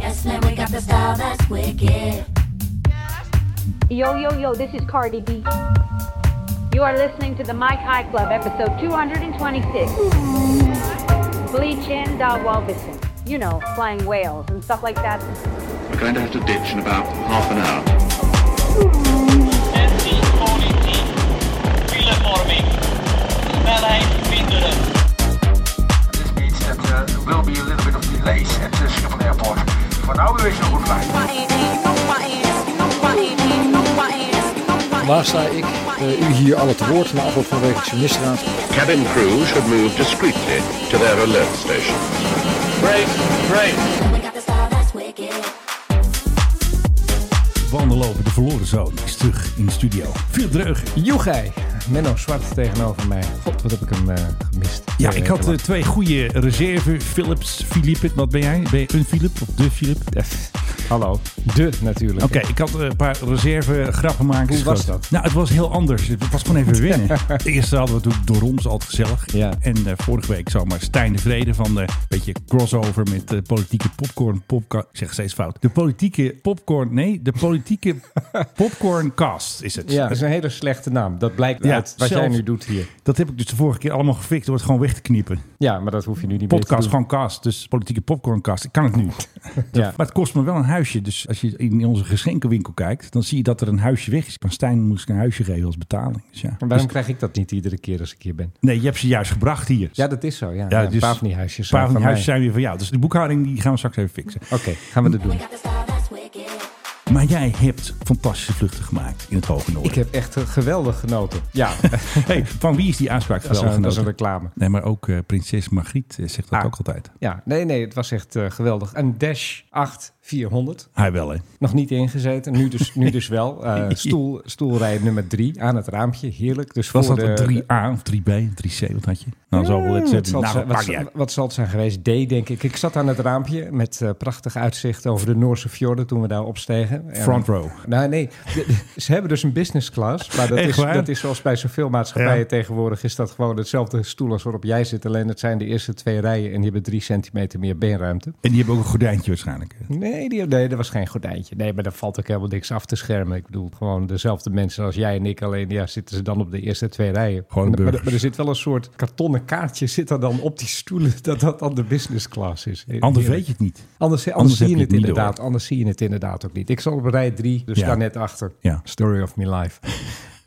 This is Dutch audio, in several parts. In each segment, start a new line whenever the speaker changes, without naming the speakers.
Yes, man, we got the style that's wicked.
Yo, yo, yo, this is Cardi B. You are listening to the Mike High Club, episode 226. Bleachin' Da Walvison. You know, flying whales and stuff like that.
We're going to have to ditch in about half an hour.
Mensen politiek, filevorming, snelheid minderen.
This means that uh, there will be a little bit of delays at uh, Schiphol Airport. For now, we wish you a good flight.
Waar sta ik eh, u hier alle te woord na afloop van de er wekelijkse ministerraad?
Cabin crew should move discreetly to their alert station.
Break, break.
We got the style that's wicked.
Wanderlopen de verloren zoon is terug in de studio. Philip Dreugen.
Joegij, Menno Zwart tegenover mij. God, wat heb ik hem eh, gemist.
Ja,
Twee
ik had
weken
eh,
lang.
twee goede reserve. Philips, Philippe, wat ben jij? Ben je een Philip of de Philip? Oké,
Hallo, de natuurlijk.
ik had eh, een paar reserve grappen maken.
Hoe was dat?
Nou, het was heel anders. Het was gewoon even winnen. De eerste hadden we natuurlijk door ons altijd gezellig.
Ja.
En eh, vorige week zomaar Stijn de Vrede van de beetje crossover met de politieke popcorn. popca- ik zeg steeds fout. De politieke popcorn. Nee, de politieke popcorncast is het.
Ja, dat is een hele slechte naam. Dat blijkt
Ja,
uit wat jij
zelfs-
nu doet hier.
Dat heb ik dus de vorige keer allemaal gefixt door het gewoon weg te kniepen.
Ja, maar dat hoef je nu niet meer
Podcast,
te doen.
gewoon cast. Dus politieke popcorncast. Ik kan het nu.
Ja.
Maar het kost me wel een huisje. Dus als je in onze geschenkenwinkel kijkt, dan zie je dat er een huisje weg is. Van Stijn moest ik een huisje geven als betaling. Dus ja.
Maar waarom krijg ik dat niet iedere keer als ik hier ben?
Nee, je hebt ze juist gebracht hier.
Ja, dat is zo. Ja,
Ja,
ja,
dus-
een paar van die huisjes.
Een paar van die
zijn van
huisjes zijn weer van jou. Dus de boekhouding die gaan we straks even fixen.
mij. Oké, gaan we dat doen.
Got the style that's wicked.
Maar jij hebt fantastische vluchten gemaakt in het Hoge Noorden.
Ik heb echt eh, geweldig genoten. Ja,
Hey, van wie is die aanspraak
dat is
geweldig
een, dat is een
genoten?
reclame.
Nee, maar ook eh, prinses Margriet eh, zegt dat
Ah.
ook altijd.
Ja, nee, nee, het was echt eh, geweldig. Een Dash 8400.
Hij wel, hè?
Nog niet ingezeten, nu dus, nu dus wel. Eh, stoel, stoelrij nummer 3 aan het raampje, heerlijk. Dus
Was
voor
dat een
de-
3A of 3B of 3C? Wat had je? Nou, zo wel het
Wat
zetten.
zal, het
Nou,
zijn-
pak
wat,
je
zal-
uit.
wat zal het zijn geweest? D, denk ik. Ik zat aan het raampje met eh, prachtig uitzicht over de Noorse fjorden toen we daar opstegen. En-
Front row.
Nou, nee. de- ze hebben dus een business class. Maar dat,
Echt
is,
waar?
dat is zoals bij zoveel maatschappijen
Ja.
tegenwoordig... is dat gewoon hetzelfde stoel als waarop jij zit. Alleen het zijn de eerste twee rijen en die hebben drie centimeter meer beenruimte.
En die hebben ook een gordijntje waarschijnlijk.
Nee, die, nee, dat was geen gordijntje. Nee, maar daar valt ook helemaal niks af te schermen. Ik bedoel, gewoon dezelfde mensen als jij en ik. Alleen ja, zitten ze dan op de eerste twee rijen.
Gewoon
maar, maar,
burgers.
maar er zit wel een soort kartonnen kaartje zit er dan op die stoelen... dat dat dan de business class is. Eh,
Anders weet
Heerlijk.
je het niet.
Anders, anders,
Anders
zie
heb
je
je
het
het niet
inderdaad. Anders zie je het inderdaad ook niet. Ik zal op rij 3, dus
Ja.
daar net achter.
Ja.
Story of my life.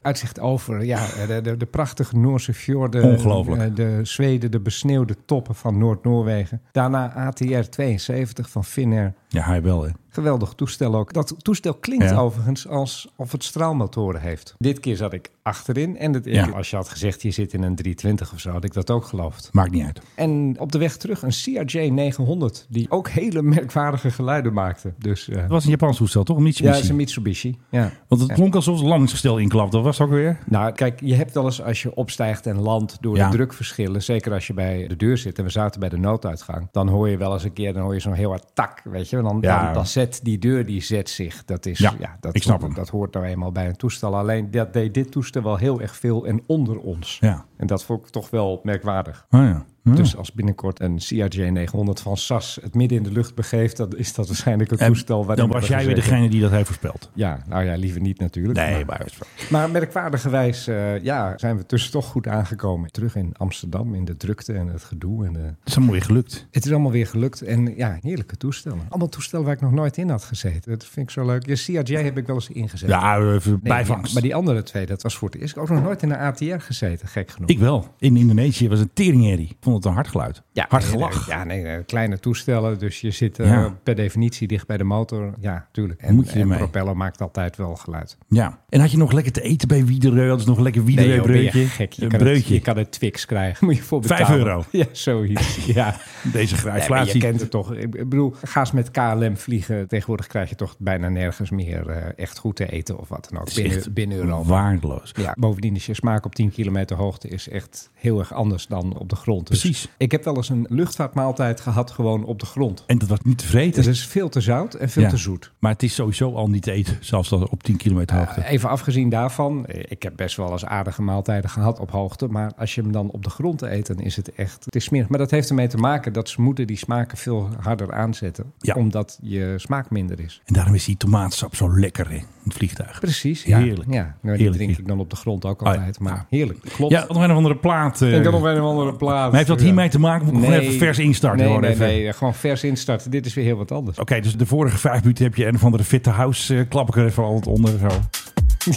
Uitzicht over, ja, de, de, de prachtige Noorse fjorden.
Ongelooflijk.
eh, De Zweden, de besneeuwde toppen van Noord-Noorwegen. Daarna ATR 72 van Finnair.
Ja, hij wel, hè?
Geweldig toestel ook. Dat toestel klinkt
Ja.
overigens alsof het straalmotoren heeft. Dit keer zat ik achterin. En het,
Ja.
als je had gezegd, je zit in een 320 of zo, had ik dat ook geloofd.
Maakt niet uit.
En op de weg terug een CRJ 900, die ook hele merkwaardige geluiden maakte. Dus eh,
Het was een Japans toestel, toch? Een
ja,
Mitsubishi.
het is een Mitsubishi. Ja.
Want het klonk alsof het landingsgestel inklapt. Dat was het ook weer.
Nou, kijk, je hebt wel eens als je opstijgt en landt door
Ja.
de drukverschillen. Zeker als je bij de deur zit en we zaten bij de nooduitgang. Dan hoor je wel eens een keer, dan hoor je zo'n heel hard tak, weet je. En Dan,
Ja.
dan, dan zet die deur, die zet zich. Dat is,
Ja,
ja, dat,
ik snap
hoort,
hem.
dat hoort nou eenmaal bij een toestel. Alleen dat deed dit toestel wel heel erg veel en onder ons.
Ja.
En dat vond ik toch wel merkwaardig.
Oh ja. Hm.
Dus als binnenkort een CRJ 900 van SAS het midden in de lucht begeeft, dan is dat waarschijnlijk een
En
toestel waarin
dan
we
was
hebben
jij weer
gezeten.
degene die dat heeft voorspeld.
Ja, nou ja, liever niet natuurlijk.
Nee,
maar,
maar het is wel-
maar merkwaardigerwijs eh, ja, zijn we tussen toch goed aangekomen. Terug in Amsterdam in de drukte en het gedoe. En de...
het is allemaal weer gelukt.
Het is allemaal weer gelukt en ja, heerlijke toestellen. Allemaal toestellen waar ik nog nooit in had gezeten. Dat vind ik zo leuk. Je CRJ heb ik wel eens ingezet.
Ja, even
Nee,
bijvangst.
Maar die andere twee, dat was voor het eerst. Ik heb ook nog nooit in een ATR gezeten, gek genoeg.
Ik wel. In Indonesië was het teringherrie. Ik vond het een hard geluid. hard
nee,
gelach.
nee, ja, nee, nee, kleine toestellen. Dus je zit eh,
Ja.
per definitie dicht bij de motor. Ja, tuurlijk. En,
Moet je
en
ermee.
propeller maakt altijd wel geluid.
Ja. En had je nog lekker te eten bij Wiedereu? Hadden ze nog lekker
Nee,
Wiedereu
joh, ben je
breutje?
gek. Je
Een
kan, het,
breutje.
je kan het Twix krijgen. Moet je voor betalen.
Vijf euro.
Ja, zoiets. Ja.
Deze
Nee, maar je
grijflatie.
kent het toch. Ik bedoel, ga eens met KLM vliegen. Tegenwoordig krijg je toch bijna nergens meer eh, echt goed te eten of wat dan ook.
Het is echt
Binnen, binnen Europa.
waardeloos.
Ja, bovendien is je smaak op 10 kilometer hoogte is echt heel erg anders dan op de grond. Dus
precies.
Ik heb wel eens een luchtvaartmaaltijd gehad gewoon op de grond.
En dat was niet te vreten.
Het is veel te zout en veel
Ja.
te zoet. eh,
Maar het is sowieso al niet te eten, zelfs al op 10 kilometer hoogte.
Even afgezien daarvan, eh, ik heb best wel eens aardige maaltijden gehad op hoogte. Maar als je hem dan op de grond eet, dan is het echt. Het is smerig. Maar dat heeft ermee te maken dat ze moeten die smaken veel harder aanzetten.
Ja.
Omdat je smaak minder is.
En daarom is die tomaatsap zo lekker in het vliegtuig.
Precies.
Ja.
Heerlijk. Ja. Nou, die
Heerlijk. Oh
drink ik dan op de grond ook
ja. nou.
altijd. Maar heerlijk. Klopt.
Ja, nog een of andere plaat. eh.
Ik had nog een of andere plaats. eh,
maar heeft dat
Ja.
hiermee te maken? Moet ik gewoon
Nee.
even vers instarten?
Nee,
hoor,
nee,
even.
nee, gewoon vers instarten. Dit is weer heel wat anders.
Oké, dus de vorige vijf minuten heb je een of andere fitte house eh, klap ik er even altijd onder. Zo.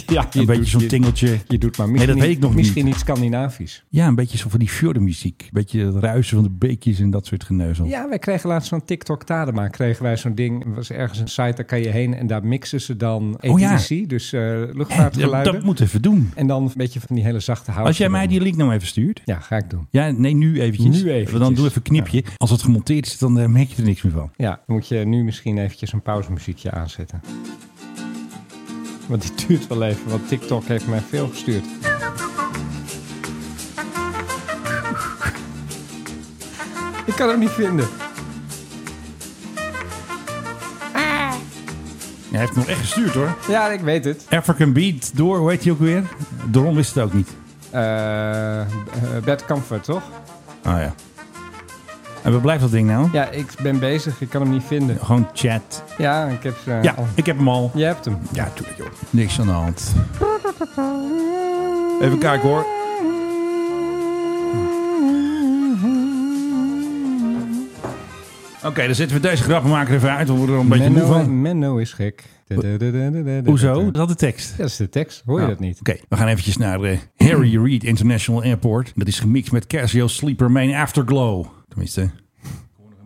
Ja,
Een beetje zo'n
ding.
tingeltje.
Je doet maar
Nee,
misschien,
dat weet ik nog
niet, misschien
niet.
niet Scandinavisch.
Ja, een beetje zo van die fjordenmuziek. Een beetje het ruisen van de beekjes en dat soort geneuzel.
Ja, wij kregen laatst zo'n TikTok Tadema. Kregen wij zo'n ding. Er was ergens een site, daar kan je heen. En daar mixen ze dan ETC,
Oh ja.
dus eh,
Hè, dat,
luchtvaartgeluiden.
dat moet even doen.
En dan een beetje van die hele zachte hout.
Als jij mij die link nou even stuurt.
Ja, ga ik doen.
Ja, nee, nu eventjes.
Nu eventjes.
Dan doe even een knipje. Als het gemonteerd is, dan eh, merk je er niks meer van.
Ja, dan moet je nu misschien eventjes een pauzemuziekje aanzetten. Want die duurt wel even, want TikTok heeft mij veel gestuurd. Ik kan hem niet vinden.
Ja, Hij heeft nog echt gestuurd hoor.
Ja, ik weet het.
African Beat door, hoe heet hij ook weer? Doron wist het ook niet.
Eh, eh, Bad Comfort, toch?
Ah ja. En waar blijft dat ding nou?
Ja, ik ben bezig. Ik kan hem niet vinden.
Gewoon chat.
Ja, ik heb... eh,
Ja,
al-
ik heb hem al.
Je hebt hem.
Ja, tuurlijk joh. Niks aan de hand. Even kijken hoor. Oké, dan zetten we deze grappenmaker even uit. want We worden er een beetje moe
Menno,
van.
Menno is gek.
Hoezo? Dat de tekst.
Dat is de tekst. Hoor je dat niet?
Oké, we gaan eventjes naar eh, Harry Reid International Airport. Dat is gemixt met Casio Sleeper Main Afterglow. Tenminste.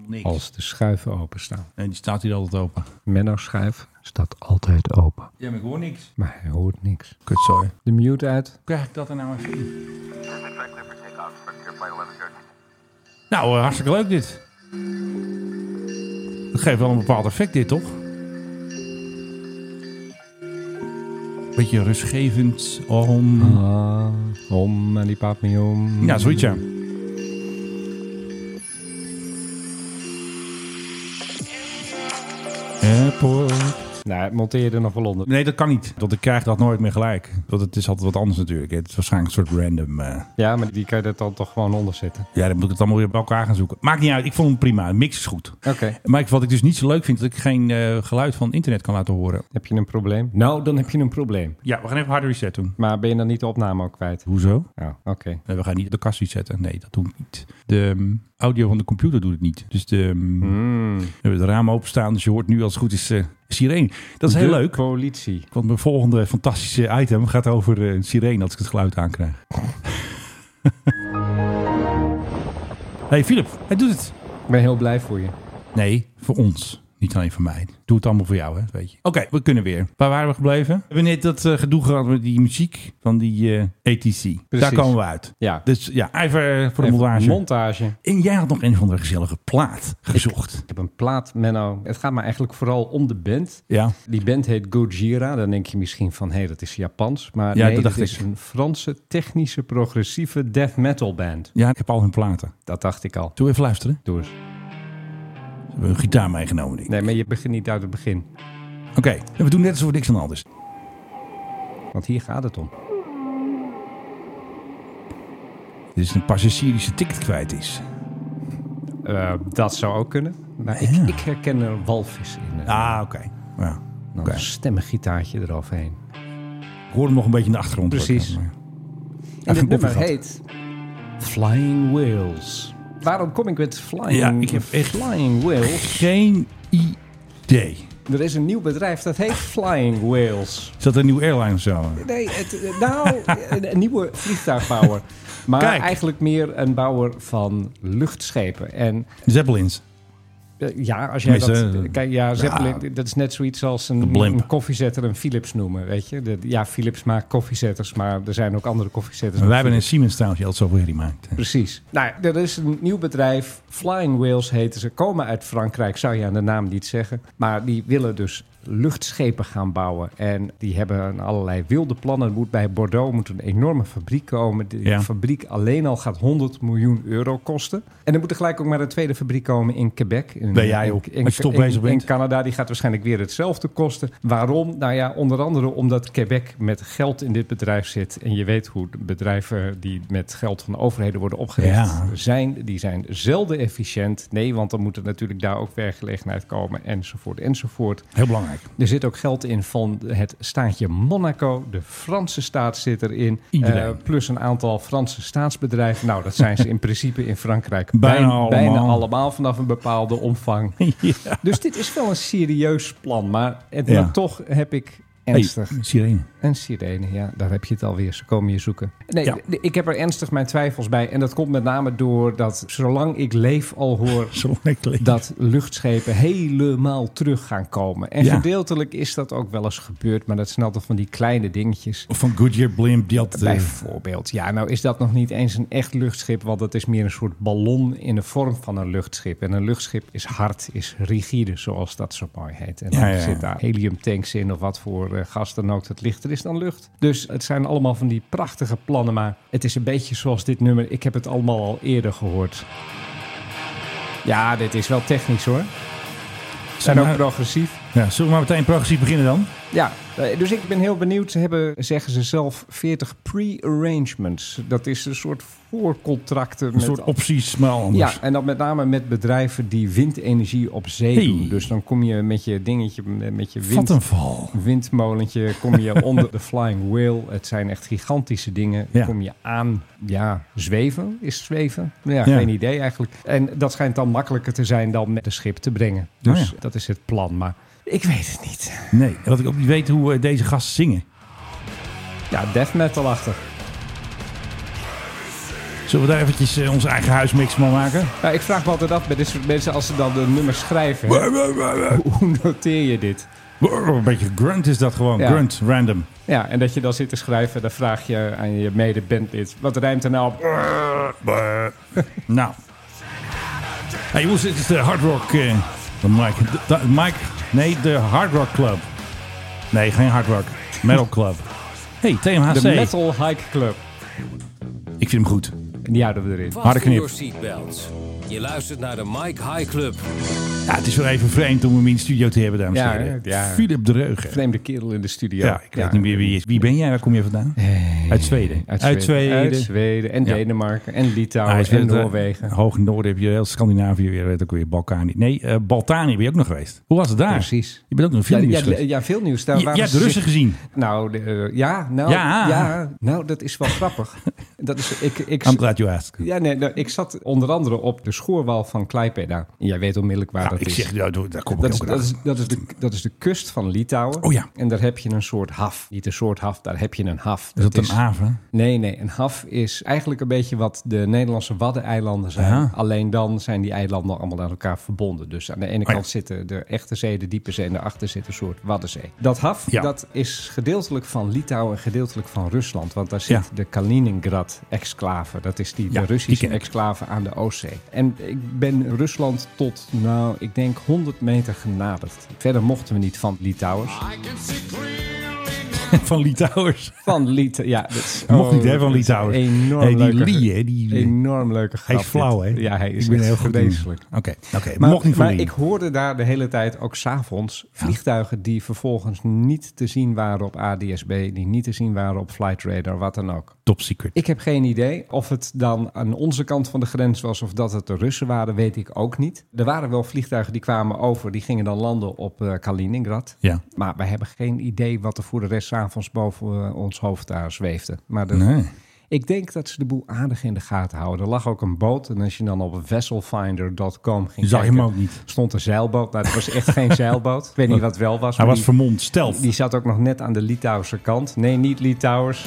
Niks.
Als de schuiven openstaan.
En die staat hier altijd open.
Menno's schuif staat altijd open.
Ja, maar ik hoor niks.
Maar hij hoort niks.
Kutzooi.
De mute uit.
Krijg ik dat er nou even in? Nou, eh, hartstikke leuk dit. Het geeft wel een bepaald effect dit, toch? Beetje rustgevend. Om...
Ah, om en die paap me om.
Ja, zoiets ja. Airport.
Nou, monteer je er nog wel onder.
Nee, dat kan niet. Want ik krijg dat nooit meer gelijk. Want het is altijd wat anders natuurlijk. hè. Het is waarschijnlijk een soort random... eh,
Ja, maar die kan je er dan toch gewoon onder zetten.
Ja, dan moet ik het allemaal weer bij elkaar gaan zoeken. Maakt niet uit. Ik vond hem prima. De mix is goed.
Oké.
Maar ik- wat ik dus niet zo leuk vind, dat ik geen eh, geluid van internet kan laten horen.
Heb je een probleem? Nou, dan heb je een probleem.
Ja, we gaan even harder reset doen.
Maar ben je dan niet de opname ook kwijt?
Hoezo?
Oh, oké.
Nee, we gaan niet de kast resetten. Nee, dat doe ik niet. De mm, audio van de computer doet het niet. Dus de, mm, we hebben de ramen openstaan. Dus je hoort nu als het goed is eh sirene. Dat is heel
De
leuk.
politie.
Want mijn volgende fantastische item gaat over eh, een sirene als ik het geluid aankrijg. hey Philip, hij doet het.
Ik ben heel blij voor je.
Nee, voor ons. Niet alleen voor mij. Doe het allemaal voor jou, hè? dat weet je. Oké, we kunnen weer. Waar waren we gebleven? We hebben net dat eh, gedoe gehad met die muziek van die eh ATC. Daar komen we uit.
Ja.
Dus ja, even voor de
Even
montage.
Montage.
En jij had nog een van de gezellige plaat gezocht.
Ik heb een plaat, Menno. Het gaat me eigenlijk vooral om de band.
Ja.
Die band heet Gojira. Dan denk je misschien van, hé, dat is Japans. Maar
Ja,
nee,
dat
dat
dacht
is
ik.
een Franse technische progressieve death metal band.
Ja, ik heb al hun platen.
Dat dacht ik al.
Doe even luisteren.
Doe eens.
We hebben een gitaar meegenomen. denk ik.
Nee, maar je begint niet uit het begin.
Oké, en we doen net alsof er niks aan de hand is.
Want hier gaat het om.
Dit is een passagier die zijn ticket kwijt is.
Eh, dat zou ook kunnen. Maar ik,
Ja.
ik herken er walvis in. eh.
Ah, oké. Ja.
dan
oké.
een stemmengitaartje eroverheen.
Ik hoor hem nog een beetje in de achtergrond.
Precies.
Even
En dit
een
nummer
bofje gehad.
heet Ah, Flying Whales. Waarom kom ik met Flying,
Ja, ik heb echt-
flying Whales?
Geen idee.
Er is een nieuw bedrijf dat heet Flying Whales.
Is dat een nieuwe airline of zo?
Nee, het, nou, een, een nieuwe vliegtuigbouwer. Maar
Kijk.
eigenlijk meer een bouwer van luchtschepen. En
Zeppelins.
eh, ja, als jij dat...
Tenminste, eh,
Kijk, ja, Zeppelin, dat is net zoiets als een,
blimp.
een koffiezetter een Philips noemen, weet je. De- ja, Philips maakt koffiezetters, maar er zijn ook andere koffiezetters.
Wij
dan
hebben een
Philips.
Siemens trouwens die altijd zoveel herrie maakt.
Precies. Nou, ja, er is een nieuw bedrijf, Flying Whales heten ze, komen uit Frankrijk, zou je aan de naam niet zeggen. Maar die willen dus luchtschepen gaan bouwen. En die hebben allerlei wilde plannen. Er moet bij Bordeaux moet een enorme fabriek komen. Die
Ja.
fabriek alleen al gaat 100 miljoen euro kosten. En er moet er gelijk ook maar een tweede fabriek komen in Quebec. In,
Ben jij op, als je toch bezig
in,
bent.
in Canada. Die gaat waarschijnlijk weer hetzelfde kosten. Waarom? Nou ja, onder andere omdat Quebec met geld in dit bedrijf zit. En je weet hoe de bedrijven die met geld van overheden worden opgericht
Ja.
zijn. Die zijn zelden efficiënt. Nee, want dan moet er natuurlijk daar ook werkgelegenheid komen. Enzovoort, enzovoort.
Heel belangrijk.
Er zit ook geld in van het staatje Monaco. De Franse staat zit erin.
Iedereen.
Eh, plus een aantal Franse staatsbedrijven. Nou, dat zijn ze in principe in Frankrijk
Bijna
bijna,
allemaal.
bijna allemaal vanaf een bepaalde omvang. Dus dit is wel een serieus plan. Maar, het,
Ja.
maar toch heb ik ernstig.
Hey, sirene.
Een sirene, ja, daar heb je het alweer. Ze komen je zoeken. Nee,
Ja.
d- ik heb er ernstig mijn twijfels bij. En dat komt met name door dat zolang ik leef al hoor
Zo lekker.
dat luchtschepen helemaal terug gaan komen. En
Ja.
gedeeltelijk is dat ook wel eens gebeurd, maar dat zijn altijd van die kleine dingetjes.
Van Goodyear Blimp, die had... eh,
Bijvoorbeeld, ja, nou is dat nog niet eens een echt luchtschip, want dat is meer een soort ballon in de vorm van een luchtschip. En een luchtschip is hard, is rigide, zoals dat zo mooi heet. En
Ja,
dan
ja, ja.
zit daar heliumtanks in of wat voor eh, gas dan ook dat lichter is dan lucht. Dus het zijn allemaal van die prachtige plannen, maar het is een beetje zoals dit nummer. Ik heb het allemaal al eerder gehoord. Ja, dit is wel technisch hoor. Zijn ook
maar-
progressief.
ja, zullen we maar meteen progressief beginnen dan?
eh, Ja, eh, dus ik ben heel benieuwd. Ze hebben, zeggen ze zelf, 40 pre-arrangements. Dat is een soort voorcontracten.
Een soort opties, maar al anders.
Ja, en dat met name met bedrijven die windenergie op zee
Hey.
doen. Dus dan kom je met je dingetje, met je wind,
Wat een val.
windmolentje, kom je onder de Flying Whale. Het zijn echt gigantische dingen.
Ja.
Kom je aan, ja, zweven is zweven. Ja,
Ja.
geen idee eigenlijk. En dat schijnt dan makkelijker te zijn dan met een schip te brengen. Dus
Oh ja.
dat is het plan, maar ik weet het niet.
Nee, en dat ik ook niet weet hoe eh, deze gasten zingen.
Ja, death metal achter.
Zullen we daar eventjes eh, onze eigen huismix van maken?
Nou, ik vraag me altijd af bij dit soort mensen als ze dan de nummers schrijven. hè, Hoe noteer je dit?
Een beetje grunt is dat gewoon.
Ja.
Grunt, random.
Ja, en dat je dan zit te schrijven, dan vraag je aan je mede-bandlid. Wat rijmt er nou op?
Nou. Hey jongens, dit is de Hard Rock... eh, de Mike, de- de- Mike... Nee, de Hard Rock Club. Nee, geen Hard Rock. Metal Club. Hey, TMHC.
De Metal Hike Club.
Ik vind hem goed.
En die houden we erin.
Harde knip.
Your seatbelts. Je luistert naar de Mike High Club.
Ja, het is wel even vreemd om hem in de studio te hebben, dames en
Ja,
heren.
hè? Ja.
Philip Dreugen.
Vreemde kerel in de studio.
Ja, ik weet niet meer wie hij is. Wie ben jij? Waar kom je vandaan? Uit Zweden.
Uit Zweden. Uit Zweden. en
Ja.
Denemarken en
Ah,
Litouwen
is weer
en
het, eh,
Nou, Noorwegen.
Hoog Noorden heb je heel Scandinavië weer, weet ook weer Balkani. Nee, eh Baltani ben je ook nog geweest. Hoe was het daar?
Precies.
Je bent ook nog
Ja,
veel nieuws
ja,
geweest.
ja, veel nieuws. Daar
Je,
waren
je hebt
ze
de Russen
zich-
gezien.
Nou, de, eh, ja, nou,
Ja.
ja. nou, dat is wel grappig. Dat is, ik, ik,
I'm glad you asked. Ja,
Ja, nee, nou, ik zat onder andere op de schoorwal van Klaipeda. Jij weet onmiddellijk waar dat
ik
is.
zeg, ja, doe- daar kom ik
dat is,
ook
dat,
aan.
is, dat, is de, dat is de kust van Litouwen.
Oh ja.
En daar heb je een soort haf. Niet een soort haf, daar heb je een haf.
Is dat een haven?
Nee, nee. Een haf is eigenlijk een beetje wat de Nederlandse Waddeneilanden zijn.
Aha.
Alleen dan zijn die eilanden allemaal aan elkaar verbonden. Dus aan de ene
Oh ja.
kant zitten de echte zee, de diepe zee en daarachter zit een soort Waddenzee. Dat haf,
Ja.
dat is gedeeltelijk van Litouwen en gedeeltelijk van Rusland. Want daar zit
Ja.
de Kaliningrad-exclave. Dat is die
Ja,
de
die
Russische
ken ik.
exclave aan de Oostzee. En ik ben Rusland tot, nou, ik denk 100 meter genaderd. Verder mochten we niet van Litouwers.
Van Litouwers.
Van Litouwen, ja. Dat is, Oh,
Mocht niet, hè,
dat
van
is
Litouwers.
Enorm
Nee, die
leuke-
Lee, hè, die-
enorm leuke grap.
Hij is flauw, hè?
dit. Ja, hij is
Ik ben
echt
heel goed. in-
vreselijk.
Oké, oké.
Maar,
mocht niet van
maar
Lee.
ik hoorde daar de hele tijd ook s'avonds vliegtuigen die vervolgens niet te zien waren op ADSB, die niet te zien waren op Flight Radar, wat dan ook.
Top secret.
Ik heb geen idee of het dan aan onze kant van de grens was of dat het de Russen waren, weet ik ook niet. Er waren wel vliegtuigen die kwamen over, die gingen dan landen op eh, Kaliningrad.
Ja.
Maar wij hebben geen idee wat er voor de rest 's avonds boven eh, ons hoofd daar zweefde. Maar de,
Nee.
ik denk dat ze de boel aardig in de gaten houden. Er lag ook een boot. En als je dan op vesselfinder.com ging
Zag je
kijken,
hem ook niet.
stond een zeilboot. Nou, het was echt geen zeilboot. Ik weet niet wat het wel was.
Hij
maar
was
die,
vermomd. Stealth.
die zat ook nog net aan de Litouwse kant. Nee, niet Litouwers.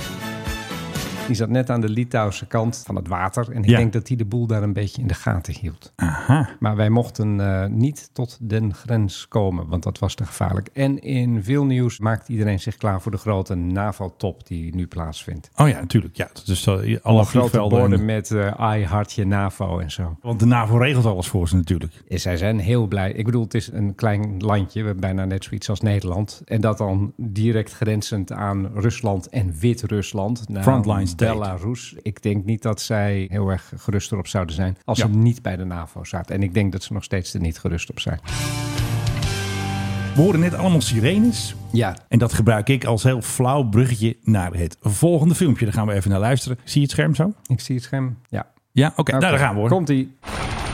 Die zat net aan de Litouwse kant van het water. En ik
Ja.
denk dat hij de boel daar een beetje in de gaten hield.
Aha.
Maar wij mochten eh, niet tot den grens komen, want dat was te gevaarlijk. En in veel nieuws maakt iedereen zich klaar voor de grote NAVO-top die nu plaatsvindt.
Oh ja, natuurlijk. Ja, dus alle, alle
Grote
vliegvelden.
borden
en-
met eh I hart je NAVO en zo.
want de NAVO regelt alles voor ze natuurlijk.
En zij zijn heel blij. Ik bedoel, het is een klein landje, we hebben bijna net zoiets als Nederland. En dat dan direct grenzend aan Rusland en Wit-Rusland. Nou,
Frontline state.
Belarus. Ik denk niet dat zij heel erg gerust erop zouden zijn als
Ja.
ze niet bij de NAVO zaten. En ik denk dat ze nog steeds er niet gerust op zijn.
We horen net allemaal sirenes.
Ja,
En dat gebruik ik als heel flauw bruggetje naar het volgende filmpje. Daar gaan we even naar luisteren. Zie je het scherm zo?
ik zie het scherm. Ja.
Ja, oké. Nou, daar gaan we hoor.
Komt ie.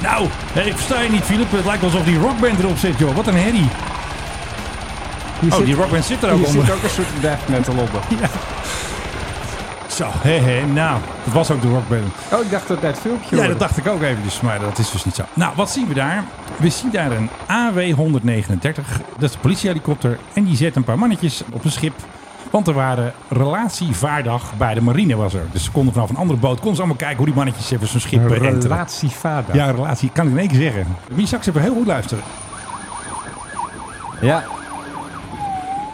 Nou, hey, ik versta je niet, Philip. Het lijkt alsof die rockband erop zit, joh. Wat een herrie. oh, die rockband zit er ook
Hier
onder.
zit ook een soort death metal op.
Zo, hé, hé. Nou, dat was ook de rockband.
Oh, ik dacht dat bij het filmpje
Ja,
hoorde.
dat dacht ik ook eventjes, maar dat is dus niet zo. Nou, wat zien we daar? We zien daar een AW-139. Dat is een politiehelikopter. En die zet een paar mannetjes op een schip. Want er waren relatievaardag bij de marine was er. Dus ze konden vanaf een andere boot... konden ze allemaal kijken hoe die mannetjes even zo'n schip eh, enteren.
Relatievader.
Ja, relatie. Kan ik in één keer zeggen. Wie straks even heel goed luisteren.
ja.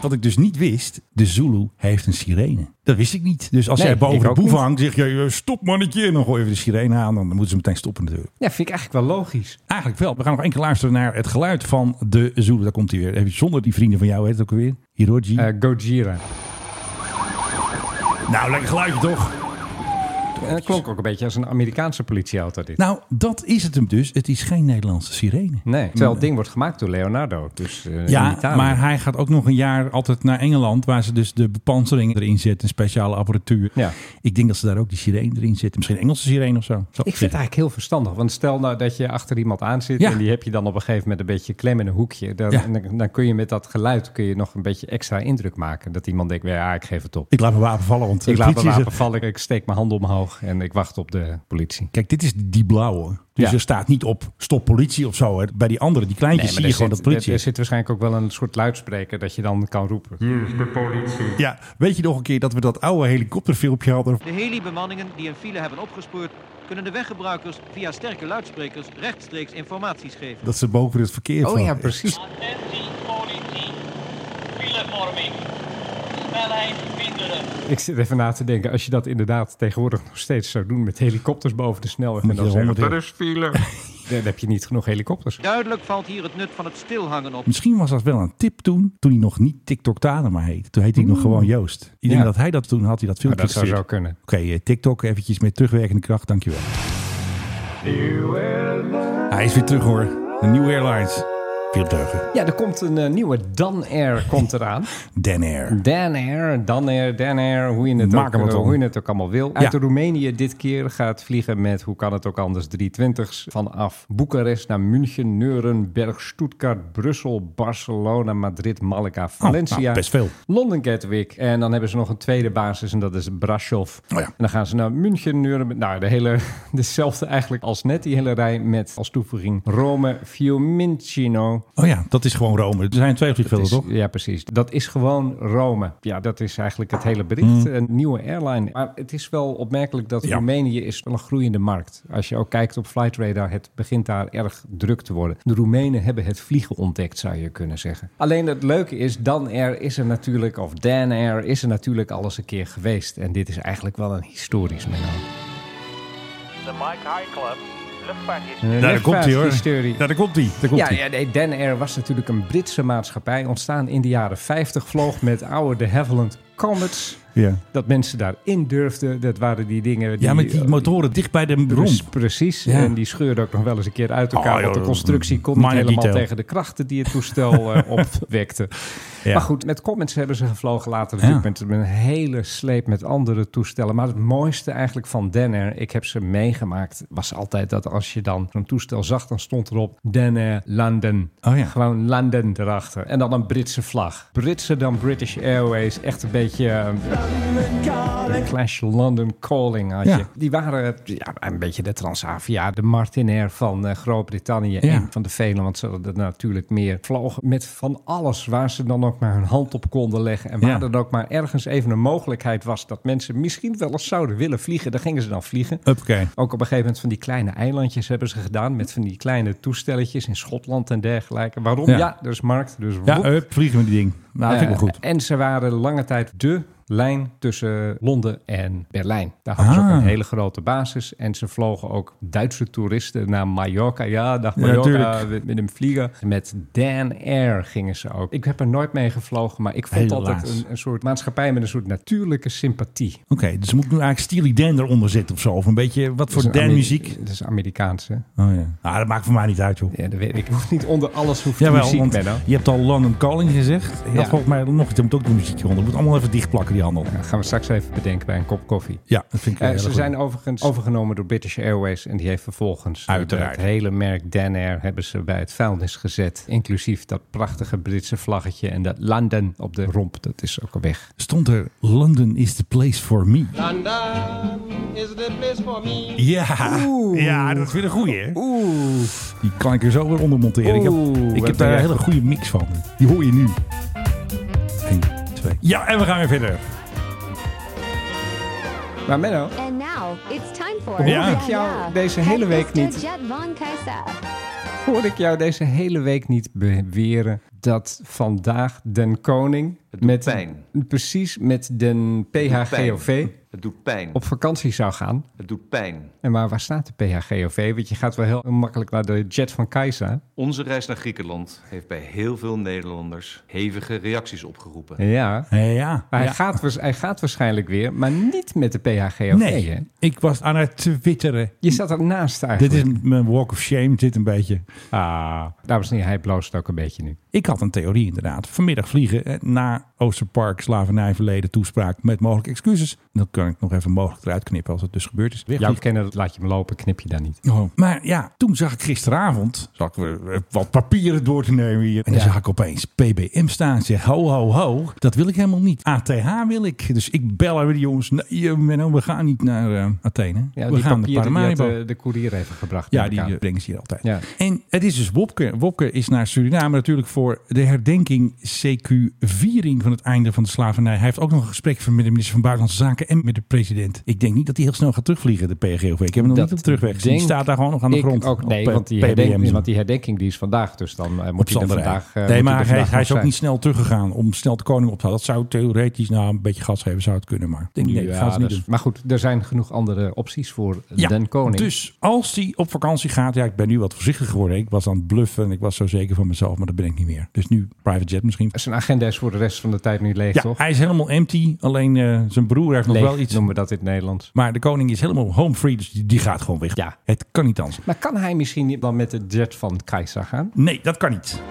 Wat ik dus niet wist, de Zulu heeft een sirene. Dat wist ik niet. Dus als
Nee,
jij boven
ik
de
ook
boef
niet.
hangt, zeg je eh, stop mannetje. En dan gooi je even de sirene aan. Dan moeten ze meteen stoppen natuurlijk.
Ja, vind ik eigenlijk wel logisch.
Eigenlijk wel. We gaan nog één keer luisteren naar het geluid van de Zulu. Daar komt hij weer. Even zonder die vrienden van jou, heet het ook weer. Hiroji.
Eh, Gojira.
nou, lekker geluidje toch?
En Eh, dat klonk ook een beetje als een Amerikaanse politieauto dit.
Nou, dat is het hem dus. Het is geen Nederlandse sirene. Mm.
nee, terwijl het ding wordt gemaakt door Leonardo. Dus eh, in
Ja,
Italië.
maar hij gaat ook nog een jaar altijd naar Engeland, waar ze dus de bepansering erin zetten, speciale apparatuur.
Ja.
Ik denk dat ze daar ook die sirene erin zetten. Misschien Engelse sirene of zo. Zou
Ik vind
zeggen.
het eigenlijk heel verstandig. Want stel nou dat je achter iemand aan zit
Ja.
en die heb je dan op een gegeven moment een beetje klem in een hoekje. Dan,
Ja.
dan, dan kun je met dat geluid kun je nog een beetje extra indruk maken. Dat iemand denkt, ja, ik geef het op.
Ik laat mijn wapen vallen, want
Ik laat mijn
politie is er.
wapen vallen, ik steek mijn handen omhoog en ik wacht op de politie.
Kijk, dit is die blauwe. Dus
Ja.
er staat niet op stop politie of zo. Hè. Bij die andere, die kleintjes, zie je
er
gewoon
zit,
dat politie Hm.
er, er
is.
zit waarschijnlijk ook wel een soort luidspreker dat je dan kan roepen.
Ja, weet je nog een keer dat we dat oude helikopterfilmpje hadden?
De heli-bemanningen die een file hebben opgespoord, kunnen de weggebruikers via sterke luidsprekers rechtstreeks informaties geven.
Dat ze boven het verkeer
Oh
vlogen.
ja, precies.
Attentie politie. Filevorming. Snelheid minderen.
Ik zit even na te denken, als je dat inderdaad tegenwoordig nog steeds zou doen met helikopters boven de snelweg, en
Moet je
dan, zeggen,
honderd in.
dan heb je niet genoeg helikopters.
Duidelijk valt hier het nut van het stilhangen op.
Misschien was dat wel een tip toen, toen hij nog niet TikTok Talema heet. Toen heette hij nog gewoon Joost. Ik denk
Mm. Ja.
dat hij dat toen had, hij dat
Maar
filmpje
dat zou zo
gestuurd.
kunnen.
Oké, eh, TikTok eventjes met terugwerkende kracht, dankjewel. Hij is weer terug hoor. De New Airlines. Veel deugen.
Ja, er komt een eh, nieuwe Dan Air komt eraan.
Dan Air.
Dan Air, Dan Air, Dan Air, hoe je het,
Maak
ook,
hem wat
eh,
om.
hoe je het ook allemaal wil. Uit
Ja.
Roemenië dit keer gaat vliegen met, hoe kan het ook anders, 320's vanaf Boekarest naar München, Neurenberg, Stuttgart, Brussel, Barcelona, Madrid, Malaga, Valencia.
nou, best veel.
Londen Gatwick. En dan hebben ze nog een tweede basis en dat is Brasov.
Oh ja.
En dan gaan ze naar München, Nuremberg. Nou, de hele, dezelfde eigenlijk als net, die hele rij met als toevoeging Rome, Fiumicino.
Oh ja, dat is gewoon Rome. Er zijn twee vliegvelden,
Dus-
toch?
ja, precies. Dat is gewoon Rome. Ja, dat is eigenlijk het hele bericht. Een nieuwe airline. Maar het is wel opmerkelijk dat
Mm. Ja.
Roemenië is wel een groeiende markt. Als je ook kijkt op Flightradar, het begint daar erg druk te worden. De Roemenen hebben het vliegen ontdekt, zou je kunnen zeggen. Alleen het leuke is, Dan Air is er natuurlijk, of Dan Air is er natuurlijk alles een keer geweest. En dit is eigenlijk wel een historisch moment.
De Mike High Club. Luchtvaartjes.
Nou, daar komt hij hoor.
Luchtvaarthistorie.
Nou, daar komt hij. Daar komt
Ja,
hij.
ja nee, Dan Air was natuurlijk een Britse maatschappij. Ontstaan in de jaren 50. Vloog met oude de Havilland Comets.
Ja.
Dat mensen daarin durfden. Dat waren die dingen. Die,
Ja, met die
eh,
motoren dicht bij de
Precies,
romp.
precies.
Ja.
En die scheurde ook nog wel eens een keer uit elkaar.
Oh,
want de
joh,
constructie kon niet
minor
helemaal
detail.
tegen de krachten die het toestel eh, opwekte.
Ja.
Maar goed, met Comets hebben ze gevlogen later natuurlijk met een hele sleep met andere toestellen. Maar het mooiste eigenlijk van Dan Air, ik heb ze meegemaakt, was altijd dat als je dan zo'n toestel zag, dan stond erop Dan Air London.
Oh ja.
Gewoon London erachter. En dan een Britse vlag. Britser dan British Airways. Echt een beetje... eh, Clash London Calling had je.
Ja.
Die waren eh, ja, een beetje de Transavia, de Martinair van eh, Groot-Brittannië.
Ja.
En van de velen, want ze hadden er natuurlijk meer vlogen met van alles waar ze dan ook maar hun hand op konden leggen. En waar
Ja.
dan ook maar ergens even een mogelijkheid was dat mensen misschien wel eens zouden willen vliegen. Daar gingen ze dan vliegen.
Uppakee.
Ook op een gegeven moment van die kleine eilandjes hebben ze gedaan. Met van die kleine toestelletjes in Schotland en dergelijke. Waarom? Ja,
Ja.
er is markt. Dus
Ja,
woep.
up, vliegen met die ding. Nou, dat vind ik wel
Eh,
goed.
En ze waren lange tijd de lijn tussen Londen en Berlijn. Daar hadden ze
Ah.
ook een hele grote basis. En ze vlogen ook Duitse toeristen naar Mallorca. Ja, dag
Ja,
Mallorca,
tuurlijk.
met, met een vlieger. Met Dan Air gingen ze ook. Ik heb er nooit mee gevlogen, maar ik vond
Helaas.
altijd een, een soort maatschappij met een soort natuurlijke sympathie.
Oké, dus moet ik nu eigenlijk Steely Dan eronder zetten of zo? Of een beetje, wat voor
Dat is een
Dan
Ameri-
muziek?
Dat is Amerikaanse.
Oh ja. Nou, dat maakt voor mij niet uit, joh.
Ja, dat weet ik. Niet onder alles hoeft
Jawel,
muziek,
want
Benno.
je hebt al London Calling gezegd. Dat
Ja.
volgens mij nog iets. Er moet ook de muziek eronder. Moet allemaal even dichtplakken, die handel.
Dat gaan we straks even bedenken bij een kop koffie.
Ja, dat vind ik
Eh,
heel
ze
goed.
zijn overigens overgenomen door British Airways. En die heeft vervolgens eh,
Uiteraard.
het hele merk Dan Air hebben ze bij het vuilnis gezet. Inclusief dat prachtige Britse vlaggetje en dat London op de romp. Dat is ook al weg.
Stond er London is the place for me. Ja, ja dat is weer een goeie. hè?
Oeh.
Die kan ik er zo weer onder monteren. Ik
Oeh,
heb, ik
wat
heb daar
ben
een
jij
hele goede mix van. Die hoor je nu. 1, 2. Ja, en we gaan weer verder.
Maar Menno,
And now nou, it's time for
Ja.
hoorde ik jou deze hele week niet,
Jet Von Kaiser.
hoorde ik jou deze hele week niet beweren dat vandaag den koning
doet
met
pijn.
precies met den PHGOV
Het doet pijn.
op vakantie zou gaan.
Het doet pijn.
En maar waar staat de PHGOV? Want je gaat wel heel makkelijk naar de jet van Kaiser.
Onze reis naar Griekenland heeft bij heel veel Nederlanders hevige reacties opgeroepen.
Ja.
Eh, Ja.
Maar Hij,
ja.
gaat, waars- hij gaat waarschijnlijk weer, maar niet met de PHGOV. hè?
Nee, ik was aan het twitteren.
Je zat ernaast
Dit
eigenlijk.
is mijn walk of shame, dit een beetje.
Ah, dames en heren, hij bloost ook een beetje nu.
Ik had een theorie inderdaad. Vanmiddag vliegen eh, na Oosterpark, slavernijverleden, toespraak met mogelijke excuses. Dat kan ik nog even mogelijk eruit knippen als het dus gebeurd is.
Jouw
Wegvliegen.
kennen, dat laat je hem lopen, knip je daar niet.
Oh. Maar ja, toen zag ik gisteravond zag ik weer, eh, wat papieren door te nemen hier. En dan
Ja.
zag ik opeens PBM staan en zeg ho ho ho. Dat wil ik helemaal niet. ATH wil ik. Dus ik bel even die jongens. Nee, eh, Menno, we gaan niet naar eh, Athene.
Ja,
we
die
gaan naar
papieren die had eh,
Paramaribo.
de, de koerier even gebracht.
Ja,
neem ik
die
aan.
eh, brengen ze hier altijd.
Ja.
En het is dus Wopke. Wopke is naar Suriname natuurlijk voor de herdenking CQ-viering van het einde van de slavernij. Hij heeft ook nog een gesprek met de minister van Buitenlandse Zaken en met de president. Ik denk niet dat hij heel snel gaat terugvliegen, de PGOV. Ik heb hem nog
Dat
niet op de terugweg. gezien. Die
denk
staat daar gewoon nog aan de
Ik
grond.
ook, nee,
Op, eh,
want die,
PBM.
herdenking, want die herdenking die is vandaag, dus dan eh,
Op
moet hij er
Zanderij.
vandaag... eh, moet
nee,
er
maar hij,
vandaag
hij is
nog
ook niet
zijn.
snel teruggegaan om snel de koning op te halen. Dat zou theoretisch, nou, een beetje gas geven zou het kunnen. Maar ik denk, nee, dat
Ja,
gaan ze niet
dat is-
doen.
Maar goed, er zijn genoeg andere opties voor den koning.
Dus als hij op vakantie gaat, ja, ik ben nu wat voorzichtig geworden. Ik was aan het bluffen en ik was zo zeker van mezelf, maar dat ben ik niet meer. Dus nu private jet misschien.
Zijn agenda is voor de rest van de tijd nu leeg,
Ja,
toch?
hij is helemaal empty. Alleen eh, zijn broer heeft nog
Leeg
wel iets.
noemen we dat in het Nederlands.
Maar de koning is helemaal home free, dus die, die gaat gewoon weg.
Ja.
Het kan niet anders.
Maar kan hij misschien niet dan met de jet van Kaiser gaan?
Nee, dat kan niet.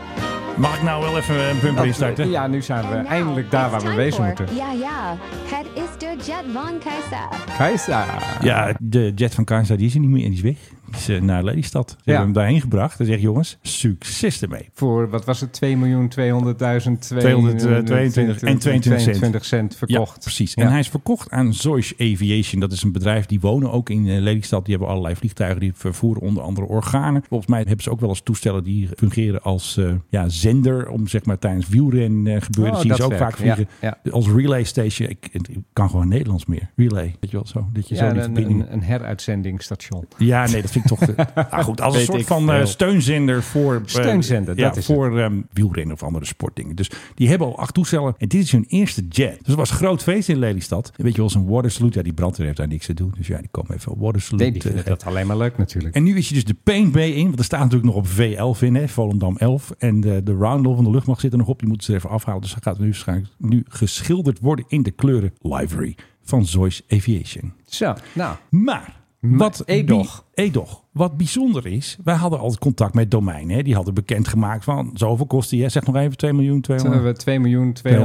Mag ik nou wel even een bumper instarten?
Ja, nu zijn we
And now
eindelijk daar
it's
waar we
time
wezen
for-
moeten.
Ja, ja. Het is de Jet Von Kaiser.
Kaiser.
Ja, de jet van Kansai die is er niet meer en die is weg. Die is eh, naar Lelystad. Ze hebben hem daarheen gebracht. Hij zegt, jongens, succes ermee.
Voor, wat was het, 2.200.000...
222 eh, en 22 cent.
cent verkocht.
Ja, precies.
Ja.
En hij is verkocht aan Zoish Aviation. Dat is een bedrijf die wonen ook in eh, Lelystad. Die hebben allerlei vliegtuigen. Die vervoeren onder andere organen. Volgens mij hebben ze ook wel eens toestellen die fungeren als eh, ja, zender. Om zeg maar tijdens wielren eh, gebeuren.
Oh,
zien
dat
ze ook
werk.
vaak vliegen.
Ja,
Als relay station. Ik, ik kan gewoon Nederlands meer. Relay. Weet je wel zo. Dat je
Ja,
zo die
een,
verbinding...
een, een heruitzendingstation.
Ja, nee, dat vind ik toch... eh, nou goed, als een
Weet
soort
ik
van eh,
veel.
steunzender voor... eh,
Steunzender,
ja,
dat is
voor ehm, wielrennen of andere sportdingen. Dus die hebben al acht toestellen. En dit is hun eerste jet. Dus het was een groot feest in Lelystad. En weet je wel, zo'n watersloot. Ja, die brandweer heeft daar niks te doen. Dus ja, die komen even watersloot.
Nee, die vinden
eh,
dat alleen maar leuk natuurlijk.
en nu is je dus de Paint Bay in, want er staat natuurlijk nog op V11 in, hè, Volendam 11. En de, de Roundel van de luchtmacht zit er nog op, die moeten ze er even afhalen. Dus dat gaat nu waarschijnlijk nu geschilderd worden in de kleuren livery van Zoys Aviation.
Zo, nou.
Maar, wat
edoch.
die- Edoch. Wat bijzonder is, wij hadden altijd contact met Domein. Hè? Die hadden bekendgemaakt van zoveel kost die. hè? Zeg nog even 2 miljoen 200.
2 miljoen 200.000, 222.222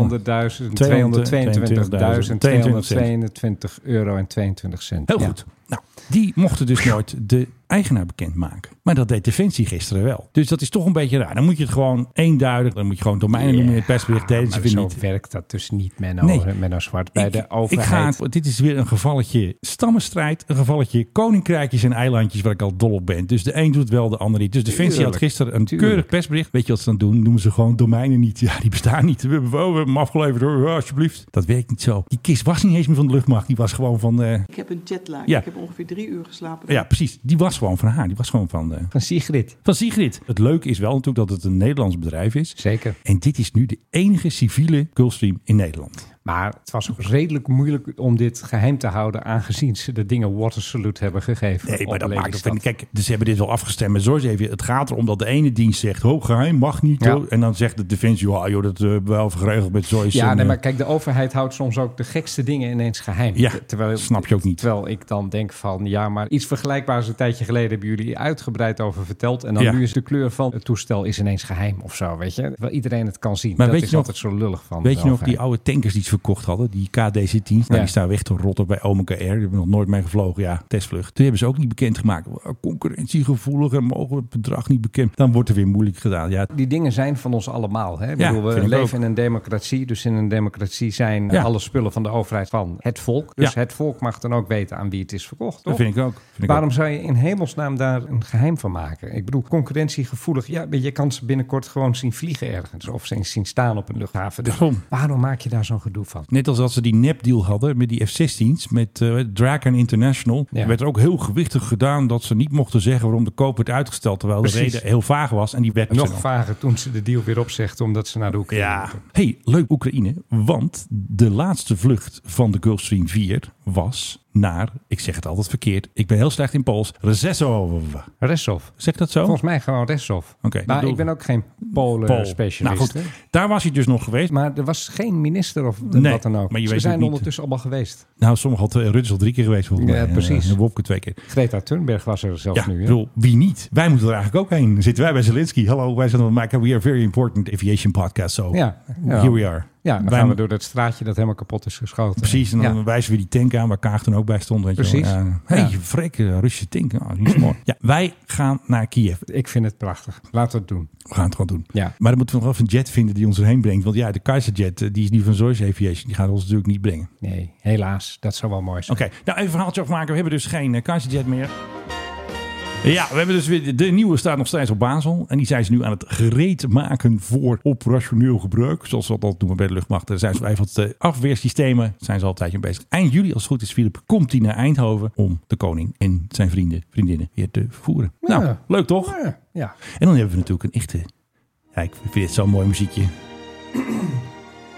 euro en 22 cent.
Heel goed. Nou, die mochten dus nooit de eigenaar bekendmaken. Maar dat deed Defensie gisteren wel. Dus dat is toch een beetje raar. Dan moet je het gewoon eenduidig, dan moet je gewoon domeinen noemen in het persbericht. Deden ze
Ah, Maar
weer
zo
niet.
werkt dat dus niet, Menno,
Nee.
Menno Zwart, bij
Ik-
de
ik ga,
overheid.
het- dit is weer een gevalletje stammenstrijd. Een gevalletje koninkrijkjes en eilandjes waar ik al dol op ben. Dus de een doet wel, de ander niet. Dus Defensie
Tuurlijk,
had gisteren een
tuurlijk.
keurig persbericht. Weet je wat ze dan doen? Noemen ze gewoon domeinen niet. Ja, die bestaan niet. We hebben, oh, we hebben hem afgeleverd hoor, Ja, alsjeblieft. Dat werkt niet zo. Die kist was niet eens meer van de luchtmacht. Die was gewoon van... eh,
Ik heb een jetlag.
Ja.
Ik heb ongeveer drie uur geslapen.
ja, precies. Die was gewoon van haar. Die was gewoon van... van Sigrid. Van Sigrid. Het leuke is wel natuurlijk dat het een Nederlands bedrijf is. Zeker. En dit is nu de enige civiele Gulfstream in Nederland.
Maar het was ook redelijk moeilijk om dit geheim te houden, aangezien ze de dingen water salute hebben gegeven.
Nee, maar
op
dat maakt het.
Lelystad.
en Kijk, dus ze hebben dit wel afgestemd. Maar zo is even. Het gaat erom dat de ene dienst zegt: hoog geheim mag niet.
Ja.
hoor. En dan zegt de Defensie: ja, joh, dat eh wel geregeld met Joyce.
Ja,
en,
nee,
eh,
maar kijk, de overheid houdt soms ook de gekste dingen ineens geheim.
Ja,
Ter- terwijl, snap je ook niet. Terwijl ik dan denk van, ja, maar iets vergelijkbaars een tijdje geleden hebben jullie uitgebreid over verteld. En dan
Ja.
nu is de kleur van het toestel is ineens geheim of zo, weet je. Terwijl iedereen het kan zien.
Maar
dat
weet
is
je nog-
altijd zo lullig van
Weet
de
je nog die
overheid.
oude tankers die ze verkocht hadden? Die KDC-10's.
Ja.
Nou, die staan weg te rotten bij Omega Air. Die hebben nog nooit mee gevlogen. Ja, testvlucht. Toen hebben ze ook niet bekendgemaakt. Concurrentiegevoelig en mogen we het bedrag niet bekend. Dan wordt er weer moeilijk gedaan. Ja,
Die dingen zijn van ons allemaal. Hè? Ik
Ja,
bedoel,
vind
we
ik
leven in een democratie. Dus in een democratie zijn
Ja.
alle spullen van de overheid van het volk. Dus
Ja.
het volk mag dan ook weten aan wie het is verkocht.
dat
toch?
vind ik ook. Vind ik
Waarom zou je in hemelsnaam daar een geheim van maken? Ik bedoel, concurrentiegevoelig. Ja, je kan ze binnenkort gewoon zien vliegen ergens. Of ze eens zien staan op een luchthaven. Dus waarom maak je daar zo'n gedoe van?
Net als dat ze die nepdeal hadden met die F-16's, met eh Draken International.
Ja.
werd er ook heel gewichtig gedaan dat ze niet mochten zeggen waarom de koop werd uitgesteld. Terwijl de
Precies.
reden heel vaag was en die werd
Nog
nog
vager toen ze de deal weer opzegt omdat ze naar de Oekraïne ja.
Hey, leuk Oekraïne, want de laatste vlucht van de Gulfstream 4 was naar, ik zeg het altijd verkeerd, ik ben heel slecht in Pools, Rezesov.
Rezesov.
Zeg dat zo?
Volgens eh, mij gewoon Rezesov.
Oké.
maar
bedoel-
ik ben ook geen
Pool.
Polen-specialist.
Nou goed, daar was hij dus nog geweest.
Maar er was geen minister of
Nee,
wat dan ook.
maar je
ze
weet
zijn
ook niet-
ondertussen allemaal geweest.
Nou, sommige had eh, Rutte al drie keer geweest volgens
Ja,
mij. En,
precies.
En Wopke twee keer.
Greta Thunberg was er zelfs
Ja,
nu.
ik
hè?
bedoel, wie niet? Wij moeten er eigenlijk ook heen. Zitten wij bij Zelensky? Hallo, wij zijn van maken. We are very important aviation podcast. So
Ja, ja.
here we are.
Ja, dan
Wij-
gaan we door dat straatje dat helemaal kapot is geschoten.
Precies, en dan
Ja.
wijzen we die tank aan waar Kaag toen ook bij stond. Weet
Precies.
Hé, hey,
Ja.
frek, eh, Russische tank. Ah, die is mooi. Ja, wij gaan naar Kiev.
Ik vind het prachtig. Laten we het doen.
We gaan het gewoon doen.
Ja.
Maar dan moeten we nog even een jet vinden die ons erheen brengt. Want ja, de Keizerjet, eh, die is die van Zoiets Aviation. Die gaat ons natuurlijk niet brengen.
Nee, helaas. Dat zou wel mooi zijn.
Oké, nou even een verhaaltje afmaken. We hebben dus geen eh, Keizerjet meer. Ja, we hebben dus weer de nieuwe staat nog steeds op Basel. En die zijn ze nu aan het gereed maken voor operationeel gebruik. Zoals we dat altijd doen bij de luchtmacht. Daar zijn ze even wat eh, afweersystemen. Zijn ze al een tijdje mee bezig. Eind juli, als het goed is, Philip, komt hij naar Eindhoven. Om de koning en zijn vrienden, vriendinnen weer te voeren.
Ja.
Nou, leuk toch?
Ja.
En dan hebben we natuurlijk een echte... Ja, ik vind dit zo'n mooi muziekje.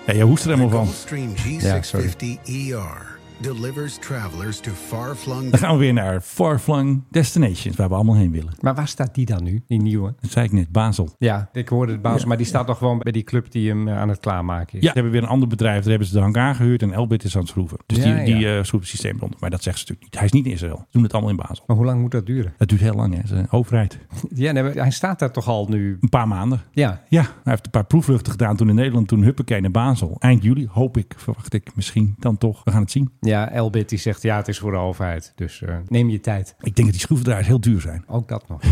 Ja, je hoest er helemaal van.
Gulfstream
Ja, sorry.
G650ER E delivers travelers to far-flung
Dan gaan we weer naar Farflung Destinations, waar we allemaal heen willen.
Maar waar staat die dan nu, die nieuwe?
Dat zei ik net, Basel.
Ja, ik hoorde het baas,
Ja.
maar die staat nog gewoon bij die club die hem eh, aan het klaarmaken is.
Ja, ze hebben weer een ander bedrijf. Daar hebben ze de hangar gehuurd en Elbit is aan het schroeven. Dus
Ja,
die, die
ja.
eh, schroeven het systeem rond. Maar dat zeggen ze natuurlijk niet. Hij is niet in Israël. Ze doen het allemaal in Basel.
Maar hoe lang moet dat duren?
Het duurt heel lang, hè. Het is een overheid.
Ja, nee, maar hij staat daar toch al nu.
Een paar maanden.
Ja.
Ja, hij heeft een paar proefvluchten gedaan toen in Nederland. Toen huppakee naar Basel. Eind juli, hoop ik, verwacht ik misschien dan toch. We gaan het zien.
Ja, Elbit die zegt ja, het is voor de overheid. Dus eh, neem je tijd.
Ik denk dat die schroevendraaiers heel duur zijn.
Ook dat nog. ja.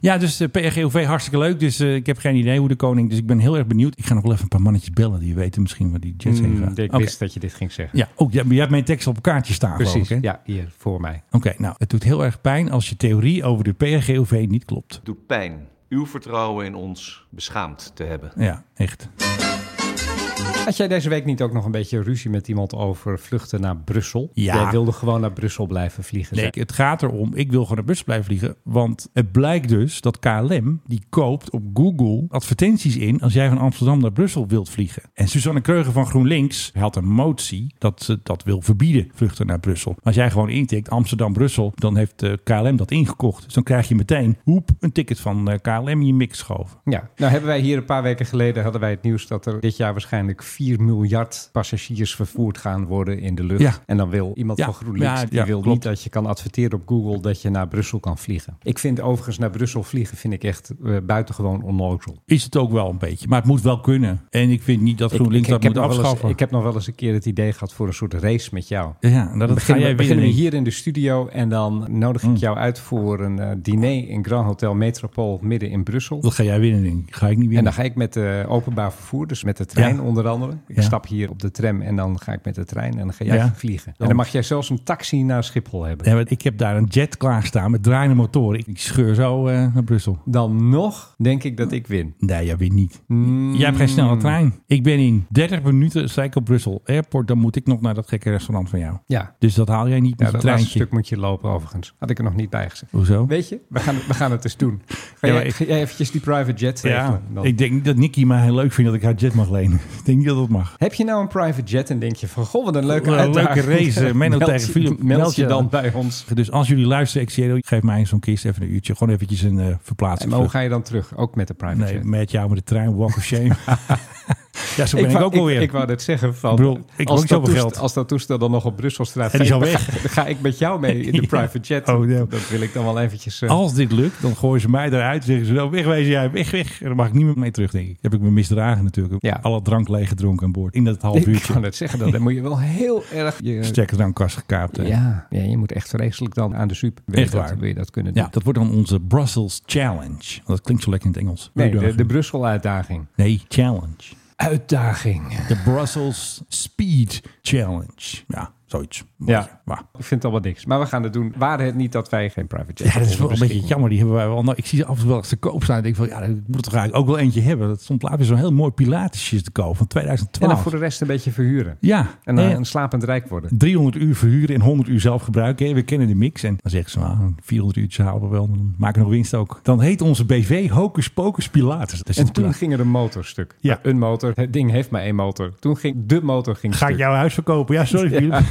Ja, dus de PRGOV hartstikke leuk. Dus eh, ik heb geen idee hoe de koning... Dus ik ben heel erg benieuwd. Ik ga nog wel even een paar mannetjes bellen. Die weten misschien waar die jets heen
Mm,
gaan.
ik wist
Oké.
dat je dit ging zeggen.
Ja, ook, jij jij hebt mijn tekst op een kaartje staan. geloof
Precies.
ik, hè?
Ja, hier voor mij.
Oké, nou, het doet heel erg pijn als je theorie over de PRGOV niet klopt.
doet pijn uw vertrouwen in ons beschaamd te hebben.
Ja, echt.
Had jij deze week niet ook nog een beetje ruzie met iemand over vluchten naar Brussel?
Ja.
Jij wilde gewoon naar Brussel blijven vliegen.
Nee, het gaat erom, ik wil gewoon naar Brussel blijven vliegen. Want het blijkt dus dat KLM, die koopt op Google advertenties in... als jij van Amsterdam naar Brussel wilt vliegen. En Suzanne Kreuger van GroenLinks had een motie dat ze dat wil verbieden, vluchten naar Brussel. Als jij gewoon intikt Amsterdam-Brussel, dan heeft eh, KLM dat ingekocht. Dus dan krijg je meteen, hoep, een ticket van eh, KLM in je mix geschoven.
Ja, nou hebben wij hier een paar weken geleden hadden wij het nieuws dat er dit jaar waarschijnlijk uiteindelijk 4 miljard passagiers vervoerd gaan worden in de lucht.
Ja.
En dan wil iemand
Ja.
van GroenLinks,
Ja,
die
ja,
wil
klopt.
niet dat je kan adverteren op Google dat je naar Brussel kan vliegen. Ik vind overigens naar Brussel vliegen vind ik echt eh, buitengewoon onnozel.
Is het ook wel een beetje. Maar het moet wel kunnen. En ik vind niet dat
Ik-
GroenLinks
ik- ik
dat moet
heb nog wel eens-
afschaffen.
ik heb nog wel eens een keer het idee gehad voor een soort race met jou.
Ja, dat- dat
begin,
ga jij
we beginnen
winnen. Mm.
hier in de studio en dan nodig ik jou uit voor een eh, diner in Grand Hotel Metropool midden in Brussel.
Dat ga jij winnen, denk ik. Ga ik niet
En
winnen.
dan ga ik met eh, openbaar vervoer, dus met de trein
Ja.
onder andere. Ik
Ja.
stap hier op de tram en dan ga ik met de trein en dan ga jij
Ja.
vliegen. En
Dan-
dan mag jij zelfs een taxi naar Schiphol hebben.
Ja, want ik heb daar een jet klaarstaan met draaiende motoren. Ik scheur zo eh, naar Brussel.
Dan nog denk ik dat ik win.
Nee, jij wint niet.
Mm.
Jij hebt geen snelle trein. Ik ben in 30 minuten sta ik op Brussel Airport. Dan moet ik nog naar dat gekke restaurant van jou.
Ja.
Dus dat haal jij niet
Ja,
met je
dat laatste
treintje.
stuk moet je lopen overigens. Had ik er nog niet bij gezegd.
Hoezo?
Weet je, we gaan, we gaan het eens doen. Ga
Ja,
jij,
maar ik-
ga jij eventjes die private jet
Ja,
regelen? Dan-
ik denk niet dat Nicky mij heel leuk vindt dat ik haar jet mag lenen. Ik denk niet dat dat mag.
Heb je nou een private jet en denk je van... Goh, wat een leuke
Wat een
uitdaging.
leuke race. eh, Menno
Meld
tegen
je-
Philip.
Meld je dan bij ons.
Dus als jullie luisteren, XCO, geef mij zo'n kist even een uurtje. Gewoon eventjes een eh
En
verplaatsing.
maar hoe ga je dan terug? Ook met de private
Nee,
jet?
met jou met de trein, walk of shame. ja, zo ben ik,
wou-
ook alweer.
Ik, wou net zeggen van...
Ik bedoel, ik
als,
heb ook
dat
zoveel
toestel,
geld.
als dat toestel dan nog op Brusselstraat
En die is
gaat,
al
dan Ga, dan ga ik met jou mee in de
Ja.
private jet.
Oh, ja.
Dat wil ik dan wel eventjes... eh,
Als dit lukt, dan gooien ze mij eruit. Zeggen ze, nou, wegwezen jij, weg, weg. En dan mag ik niet meer mee terug, denk ik. Heb ik me misdragen natuurlijk.
Ja.
Alle drank leeggedronken aan boord. In dat half
ik
uurtje. Dus
kan eh, net zeggen, dan, dan moet je wel heel erg... Je,
Stekker dan kast gekaapt. hè.
ja, ja, je moet echt vreselijk dan aan de suip. Wil je
Echt
dat-
waar.
Wil je dat kunnen doen?
Ja, dat wordt dan onze Brussels Challenge. Dat klinkt zo lekker in het Engels.
Nee, de,
Uitdaging.
de Brussel-uitdaging.
nee challenge.
Uitdaging.
De Brussels Speed Challenge. Ja, zoiets.
Ja,
Waar.
ik vind het allemaal niks. Maar we gaan het doen. Waren het niet dat wij geen private jet
Ja, dat is wel een
beschikking
beetje jammer. Die hebben wij wel. Nou, ik zie ze af en toe wel eens te koop staan. Ik denk van, ja, ik moet er toch eigenlijk ook wel eentje hebben. Dat stond laatst weer zo'n heel mooi Pilatesje te koop van
En
2012.
dan voor de rest een beetje verhuren.
Ja.
En dan
Ja.
een slapend rijk worden.
300 uur verhuren en 100 uur zelf gebruiken. hè. We kennen de mix. En dan zeggen ze, nou, 400 uurtjes halen we wel. Dan maken we nog winst ook. Dan heet onze BV Hocus Pocus Pilatus. Dat is
En
het
toen
Pilatus.
ging er een motor stuk.
Ja.
Een motor. Het ding heeft maar één motor. Toen ging de motor ging
Ga ik
stuk.
jouw huis verkopen? Ja, sorry.
Ja.
Philip.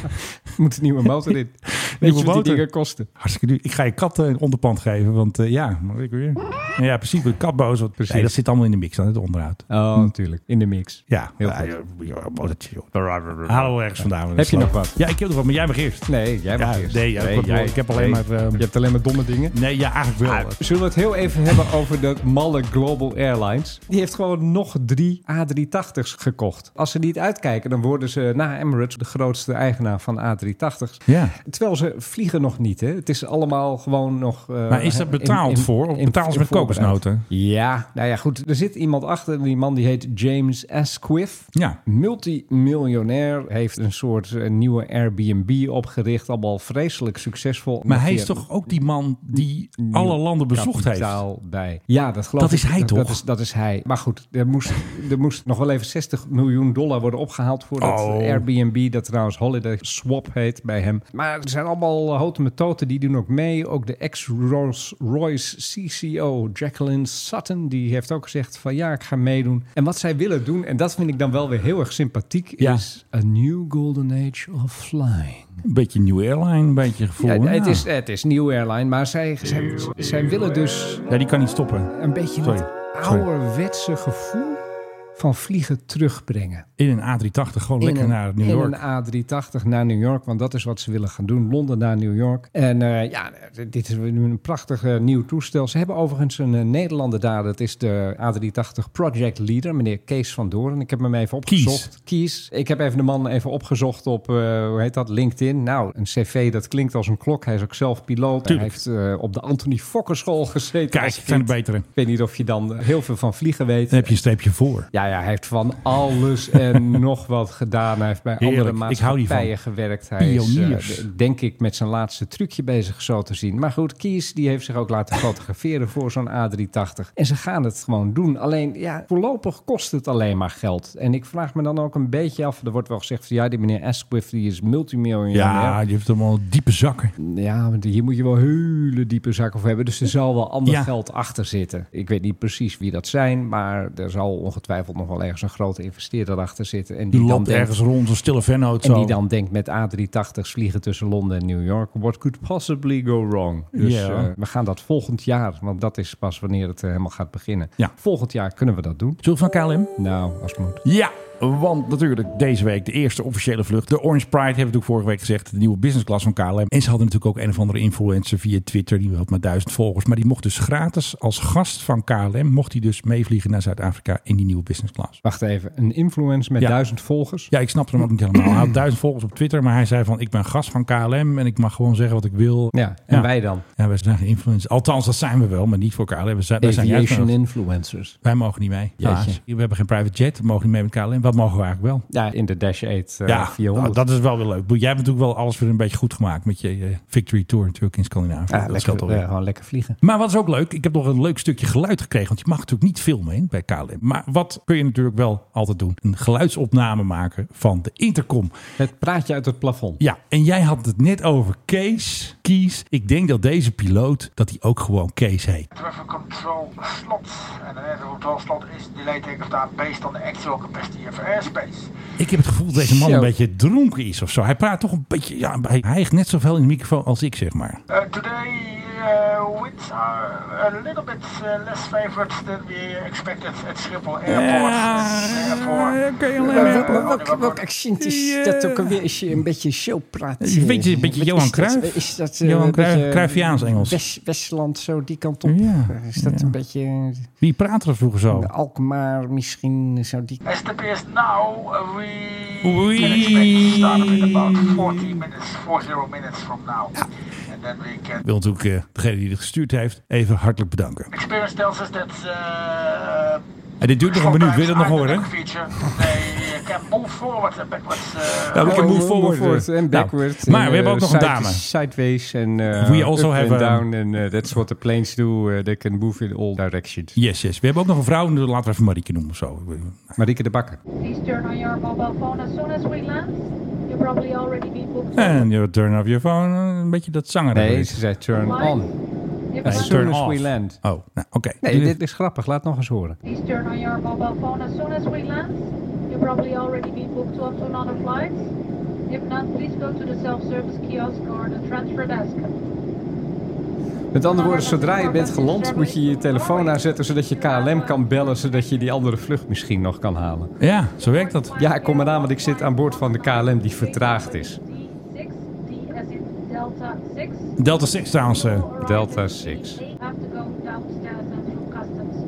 Moet een nieuwe motor in. Weet
Nieuwe
je wat die
motor.
dingen kosten?
Hartstikke duur. Ik ga je kat eh, een onderpand geven, want eh, ja, maar ik weer. Nou Ja, precies. De kat boos. Want, nee, dat zit allemaal in de mix, dan het onderhoud.
Oh, natuurlijk. In de mix.
Hm. Ja.
Heel
Ja,
goed.
ja, oh, dat- joh. Halen we ergens vandaan.
Heb je nog wat?
Ja, ik heb nog wat, maar jij mag eerst.
Nee, jij mag
Ja,
eerst.
nee, ja, ik-
jij-
ik heb alleen
nee.
maar, eh,
Je hebt alleen maar domme dingen.
Nee, ja, eigenlijk wel.
Zullen we het heel even hebben over de malle Global Airlines? Die heeft gewoon nog drie A380's gekocht. Als ze niet uitkijken, dan worden ze na Emirates de grootste eigenaar van A380's.
Ja.
Terwijl ze vliegen nog niet. Hè? Het is allemaal gewoon nog. eh,
Maar is dat
in-
betaald
in-
voor? Of
in-
betaald
in
met
voorbereid.
kokosnoten?
Ja, nou ja, goed. Er zit iemand achter. Die man die heet James Asquith.
Ja.
Multimiljonair. Heeft een soort eh, nieuwe Airbnb opgericht. Allemaal vreselijk succesvol.
Maar hij
Via-
is toch ook die man die alle landen bezocht heeft?
kapitaal bij. Ja, dat geloof
Dat
ik.
is hij
Dat
toch?
is, dat is hij. Maar goed, er moest, er moest nog wel even 60 miljoen dollar worden opgehaald voor dat
Oh.
Airbnb, dat trouwens Holiday Swap heet bij hem. Maar er zijn allemaal houten metoten, die doen ook mee. Ook de ex-Rolls-Royce CCO Jacqueline Sutton, die heeft ook gezegd van ja, ik ga meedoen. En wat zij willen doen, en dat vind ik dan wel weer heel erg sympathiek,
Ja.
is a new golden age of flying.
Een beetje New Airline, een beetje gevoel.
Ja, het,
Ja.
is, het is nieuw airline, maar zij, zij, zij willen dus
Ja, die kan niet stoppen.
een beetje
Sorry.
dat ouderwetse gevoel van vliegen terugbrengen.
In een A380 gewoon lekker
in een,
naar New
in
York.
een A380 naar New York, want dat is wat ze willen gaan doen. Londen naar New York. En eh, ja, dit is nu een prachtig eh, nieuw toestel. Ze hebben overigens een eh, Nederlander daar. Dat is de A380 Project Leader, meneer Kees van Doorn. Ik heb hem even opgezocht. Kies. Ik heb even de man even opgezocht op, eh, hoe heet dat, LinkedIn. Nou, een cv, dat klinkt als een klok. Hij is ook zelf piloot.
Tuurlijk.
Hij heeft eh, op de Anthony Fokker school gezeten.
Kijk,
als
het zijn de
kind.
betere. Dan
Ik weet niet of je dan heel veel van vliegen weet.
heb je een streepje voor.
Ja, ja, hij heeft van alles en nog wat gedaan. Hij heeft bij
Heerlijk,
andere
ik hou die van.
maatschappijen gewerkt. Hij is,
Pioniers.
eh, d- denk ik, met zijn laatste trucje bezig zo te zien. Maar goed, Kies die heeft zich ook laten fotograferen voor zo'n A380. En ze gaan het gewoon doen. Alleen, ja, voorlopig kost het alleen maar geld. En ik vraag me dan ook een beetje af. Er wordt wel gezegd van, ja, die meneer Asquith, die is multimiljonair.
Ja, je hebt allemaal diepe zakken.
Ja, want hier moet je wel hele diepe zakken voor hebben. Dus er zal wel ander
Ja.
geld achter zitten. Ik weet niet precies wie dat zijn, maar er zal ongetwijfeld nog wel ergens een grote investeerder achter zitten. En
Die
dan
loopt
denkt-
ergens rond, een stille vennoot
En
zo.
die dan denkt met A380's vliegen tussen Londen en New York. What could possibly go wrong? Dus
Ja.
eh, we gaan dat volgend jaar, want dat is pas wanneer het eh, helemaal gaat beginnen.
Ja.
Volgend jaar kunnen we dat doen.
Zullen we van KLM?
Nou, als het moet.
Ja, Want natuurlijk deze week de eerste officiële vlucht. De Orange Pride hebben we natuurlijk vorige week gezegd. De nieuwe business class van KLM. En ze hadden natuurlijk ook een of andere influencer via Twitter. Die had maar duizend volgers. Maar die mocht dus gratis als gast van KLM. Mocht hij dus meevliegen naar Zuid-Afrika in die nieuwe business class.
Wacht even, een influencer met
Ja.
duizend volgers?
Ja, ik snap hem ook niet helemaal. Hij had duizend volgers op Twitter. Maar hij zei van ik ben gast van KLM. En ik mag gewoon zeggen wat ik wil.
Ja, en wij dan?
Ja, wij zijn geen influencers. Althans, dat zijn we wel. Maar niet voor KLM. We zijn, wij zijn juist
Aviation
van-
influencers.
Wij mogen niet mee.
Jeetje.
Helaas. We hebben geen private jet. We mogen niet mee met KLM. Wat mogen we eigenlijk wel?
Ja, in de Dash 8 eh,
ja, nou,
400.
dat is wel weer leuk. Jij hebt natuurlijk wel alles weer een beetje goed gemaakt met je eh, Victory Tour natuurlijk in Scandinavië.
Ja,
dat
lekker,
scheelt alweer.
eh, gewoon lekker vliegen.
Maar wat is ook leuk, ik heb nog een leuk stukje geluid gekregen. Want je mag natuurlijk niet filmen hè, bij KLM. Maar wat kun je natuurlijk wel altijd doen? Een geluidsopname maken van de intercom.
Het praatje uit het plafond.
Ja, en jij had het net over Kees, Kies. Ik denk dat deze piloot, dat hij ook gewoon Kees heet.
Traffic control slot. En een air control slot is delay takeoff down based on the actual capacity of airspace.
Ik heb het gevoel dat deze man
Zo.
een beetje dronken is of zo. Hij praat toch een beetje, ja, hij hijgt net zoveel in de microfoon als ik, zeg maar.
Uh, today, uh, winds are a little bit uh, less favored than we expected at Schiphol Airport. Eh, oh, Therefore,
Welk accent is dat ook alweer als je een beetje zo praat?
Een beetje- een beetje
Wat
Johan
is dat?
Cruijff.
Is dat, eh,
Johan
een beetje
Cruijff- Cruijffiaans Engels.
West- Westland, zo die kant op. Eh, is dat een beetje
Wie praat er vroeger zo?
eh, Alkmaar misschien? Zo die...
as it appears now, uh, we
Oei.
can expect startup in about 40 minutes, 40 minutes from now. And then we can
Ik wil natuurlijk eh, degene die dit gestuurd heeft even hartelijk bedanken.
experience tells us that uh,
En dit duurt nog een minuut, wil je dat nog
either
horen?
neck feature, they can move forward and backwards. Uh,
Nou, we
Oh,
can move
move
forward.
forward
Nou,
en backward.
maar
en,
we hebben
eh,
ook nog een
side-
dame.
Sideways en eh,
We also
up
have
and
a-
down. And eh, that's what the planes do. eh, they can move in all directions.
Yes, yes. We hebben ook nog een vrouw, dus laten we even Marieke noemen of zo.
Marieke de Bakker.
Please turn on your mobile phone as soon as we land. You'll probably already be booked.
En you turn off your phone. eh, Een beetje dat zanger.
Nee, ze zei turn on. As soon as we land.
Oh, nou, oké.
Nee, dit is grappig. Laat nog eens horen.
Please turn on your mobile phone as soon as we land. You'll probably already be booked up to another flight. If not, please go to the self-service kiosk or the transfer desk.
Met andere woorden, zodra je bent geland, moet je je telefoon aanzetten zodat je KLM kan bellen, zodat je die andere vlucht misschien nog kan halen.
Ja, zo werkt dat.
Ja, ik kom eraan, want ik zit aan boord van de KLM die vertraagd is.
D as in Delta 6.
Delta 6 trouwens. eh,
Delta 6.
You have to go downstairs and through customs.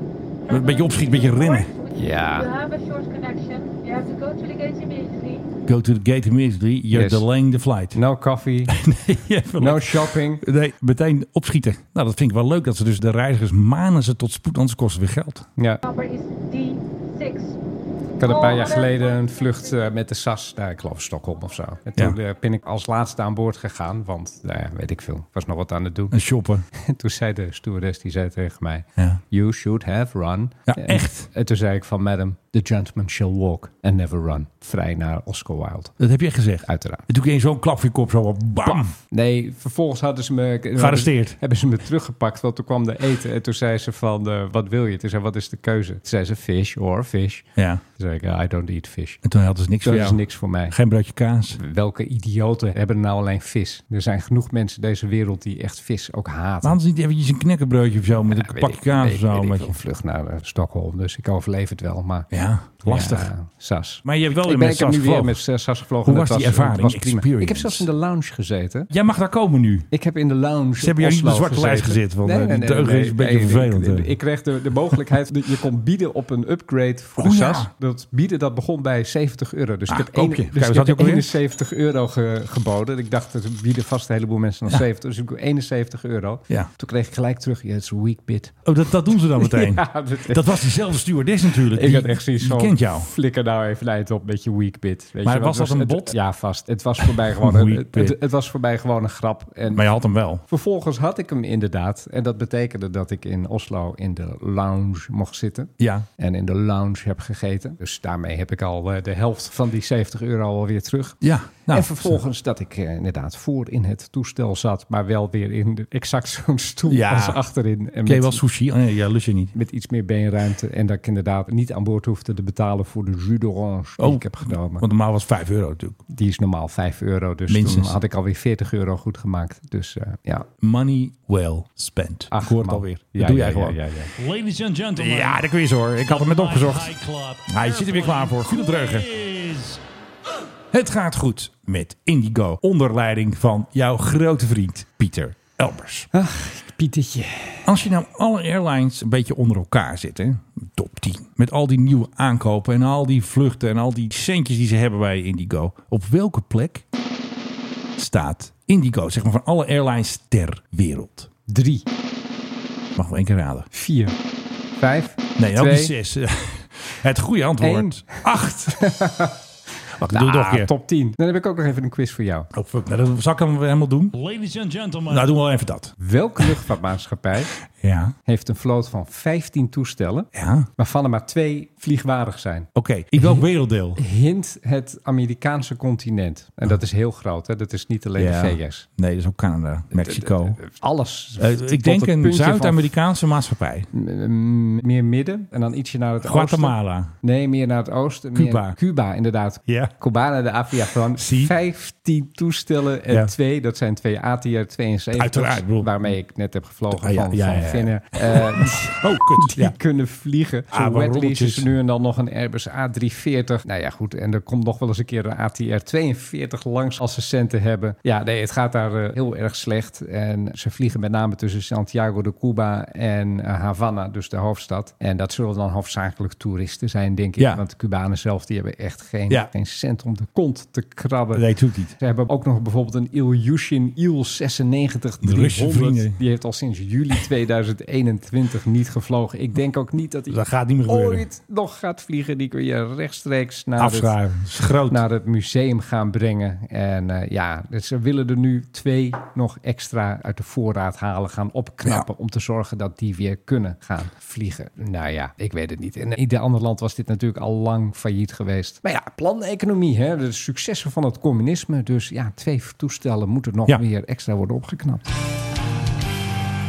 een beetje opschiet, een beetje rennen.
You
Ja.
have a short connection. You have to go to the gate immediately.
Go to the gate immediately. You're
Yes.
delaying the flight.
No coffee. no shopping.
Nee, meteen opschieten. Nou, dat vind ik wel leuk dat ze dus de reizigers manen ze tot spoed, anders kost het weer geld.
Ja.
Number is D6.
Ik had een paar jaar geleden een vlucht eh, met de SAS naar, ik geloof, Stockholm of zo. En toen eh, ben ik als laatste aan boord gegaan, want, nou ja, weet ik veel, was nog wat aan het doen.
Een shopper.
En toen zei de stewardess, die zei tegen mij,
Ja.
you should have run.
Ja,
En-
echt?
En toen zei ik van, madam, the gentleman shall walk and never run. Vrij naar Oscar Wilde.
Dat heb je echt gezegd.
Uiteraard.
En toen kreeg je zo'n klap voor je kop, zo op, bam.
Nee, vervolgens hadden ze me...
Gearresteerd.
Hebben ze me teruggepakt, want toen kwam de eten. En toen zei ze van, eh, wat wil je? Toen zei ik, wat is de keuze? Toen zei ze, fish or fish.
Ja.
Toen zei ik, I don't eat fish.
En toen hadden ze niks
Dat
voor
is
jou.
niks voor mij.
Geen broodje kaas.
Welke idioten hebben nou alleen vis? Er zijn genoeg mensen in deze wereld die echt vis ook haten.
Maar hadden ze niet eventjes een knekkenbroodje of zo met een
weet
pakje
ik-
kaas
weet-
of zo?
weet ik
Met
veel.
je.
vlucht naar eh, Stockholm, dus ik overleef het wel. Maar
Ja, lastig.
Ja, sas.
Maar je hebt wel weer
ik ben,
met
ik heb
SAS
nu weer
gevlogen.
met eh, sas gevlogen.
Hoe
Dat
was die
dat
ervaring,
prima.
experience?
Ik heb zelfs in de lounge gezeten.
Jij mag daar komen nu.
Ik heb in de lounge.
Ze hebben jou niet op de zwarte lijst gezet, want eh, die deugen is een beetje vervelend.
Ik,
eh.
ik kreeg de, de mogelijkheid dat je kon bieden op een upgrade voor de
Oh, ja.
SAS. Dat bieden dat begon bij 70 euro. Dus
Ah,
ik heb,
koopje.
een,
Kijk,
dus
wat
ik
had je
heb
ook alweer?
71 euro ge- geboden. Ik dacht, er bieden vast een heleboel mensen nog
Ja.
70. Dus ik doe 71 euro.
Ja.
Toen kreeg ik gelijk terug, ja, it's a weak bid.
Oh, dat, dat doen ze dan meteen.
Ja,
dat, was diezelfde stewardess natuurlijk.
Ik
die,
had echt zoiets
die
van,
kent jou.
flikker nou even eind op met je weak bit. Weet
Maar
je, want
was
het
dat een
het-
bot?
Ja, vast. Het was voor mij gewoon een,
Weak
het,
bit.
het was voor mij gewoon een grap. En
Maar je had hem wel.
Vervolgens had ik hem inderdaad. En dat betekende dat ik in Oslo in de lounge mocht zitten.
Ja.
En in de lounge heb gegeten. Dus daarmee heb ik al eh, de helft van die 70 euro alweer terug.
Ja. Nou,
en vervolgens dat ik eh, inderdaad voor in het toestel zat. Maar wel weer in de- exact zo'n stoel
Ja.
als achterin. En
Ken je
met-
wel sushi? Oh, nee, ja, lust je niet.
met iets meer beenruimte. En dat ik inderdaad niet aan boord hoefde te betalen voor de jus d'orange die
Oh,
ik heb genomen.
Want normaal was 5 euro natuurlijk.
Die is normaal 5 euro. Dus
Minstens.
toen had ik alweer 40 euro goed gemaakt. Dus eh, ja,
Money well spent.
Ach,
ik hoor het
man.
alweer.
Ja,
dat doe
ja,
jij
ja,
gewoon.
ja, ja.
Ladies and gentlemen. Ja, de quiz hoor. Ik had hem net opgezocht. Hij je zit er weer klaar voor. Goed op dreugen. Het gaat goed met Indigo. Onder leiding van jouw grote vriend Pieter Elbers.
Ach, Pietertje.
Als je nou alle airlines een beetje onder elkaar zit, hè? top 10. Met al die nieuwe aankopen en al die vluchten en al die centjes die ze hebben bij Indigo. Op welke plek staat Indigo, zeg maar van alle airlines ter wereld?
Drie.
Mag wel één keer raden.
Vier. Vijf.
Nee, ook
twee,
niet zes. Het goede antwoord. Acht. Wacht,
Nou,
doe het nog een keer.
top 10. Dan heb ik ook nog even een quiz voor jou.
Oh, fuck. Nou, dat zal ik hem helemaal doen.
Ladies and gentlemen.
Nou, doen we wel even dat.
Welke luchtvaartmaatschappij
Ja.
heeft een vloot van 15 toestellen,
Ja.
waarvan er maar twee vliegwaardig zijn?
Oké, in welk werelddeel?
Hint het Amerikaanse continent. En dat is heel groot, hè? dat is niet alleen
Ja.
de VS.
Nee, dat is ook Canada, Mexico.
eh, Alles.
Eh,
Tot
ik denk
het
een
puntje van
Zuid-Amerikaanse maatschappij.
M- meer midden en dan ietsje naar het oosten.
Guatemala.
Nee, meer naar het oosten. meer-
Cuba.
Cuba, inderdaad.
Ja.
Cubana de Avia van 15 toestellen en
Ja.
twee, dat zijn twee ATR-72.
Uiteraard, bedoel-
Waarmee ik net heb gevlogen
Ah, ja,
van,
ja,
van
ja, ja.
Finnair. Eh,
oh, kut.
Die kunnen vliegen. Zo
Ah, wat
wet leasen
rolletjes.
ze nu en dan nog een Airbus A340. Nou ja, goed. En er komt nog wel eens een keer een ATR-42 langs als ze centen hebben. Ja, nee, het gaat daar eh, heel erg slecht. En ze vliegen met name tussen Santiago de Cuba en eh, Havana, dus de hoofdstad. En dat zullen dan hoofdzakelijk toeristen zijn, denk ik.
Ja.
Want de Cubanen zelf, die hebben echt geen,
Ja.
geen cent om de kont te krabben.
Nee, natuurlijk niet.
Ze hebben ook nog bijvoorbeeld een Ilyushin Il 96
De Russische
300.
vrienden.
Die heeft al sinds juli 2021 niet gevlogen. Ik denk ook niet dat hij
Dat gaat niet meer gebeuren.
ooit nog gaat vliegen. Die kun je rechtstreeks naar,
Afschrijven. Dat is groot.
het, naar het museum gaan brengen. En eh, ja, dus ze willen er nu twee nog extra uit de voorraad halen, gaan opknappen. Om te zorgen dat die weer kunnen gaan vliegen. Nou ja, ik weet het niet. In ieder ander land was dit natuurlijk al lang failliet geweest. Maar ja, planeconomie, hè? de successen van het communisme. Dus ja, twee toestellen moeten nog
Ja.
weer extra worden opgeknapt.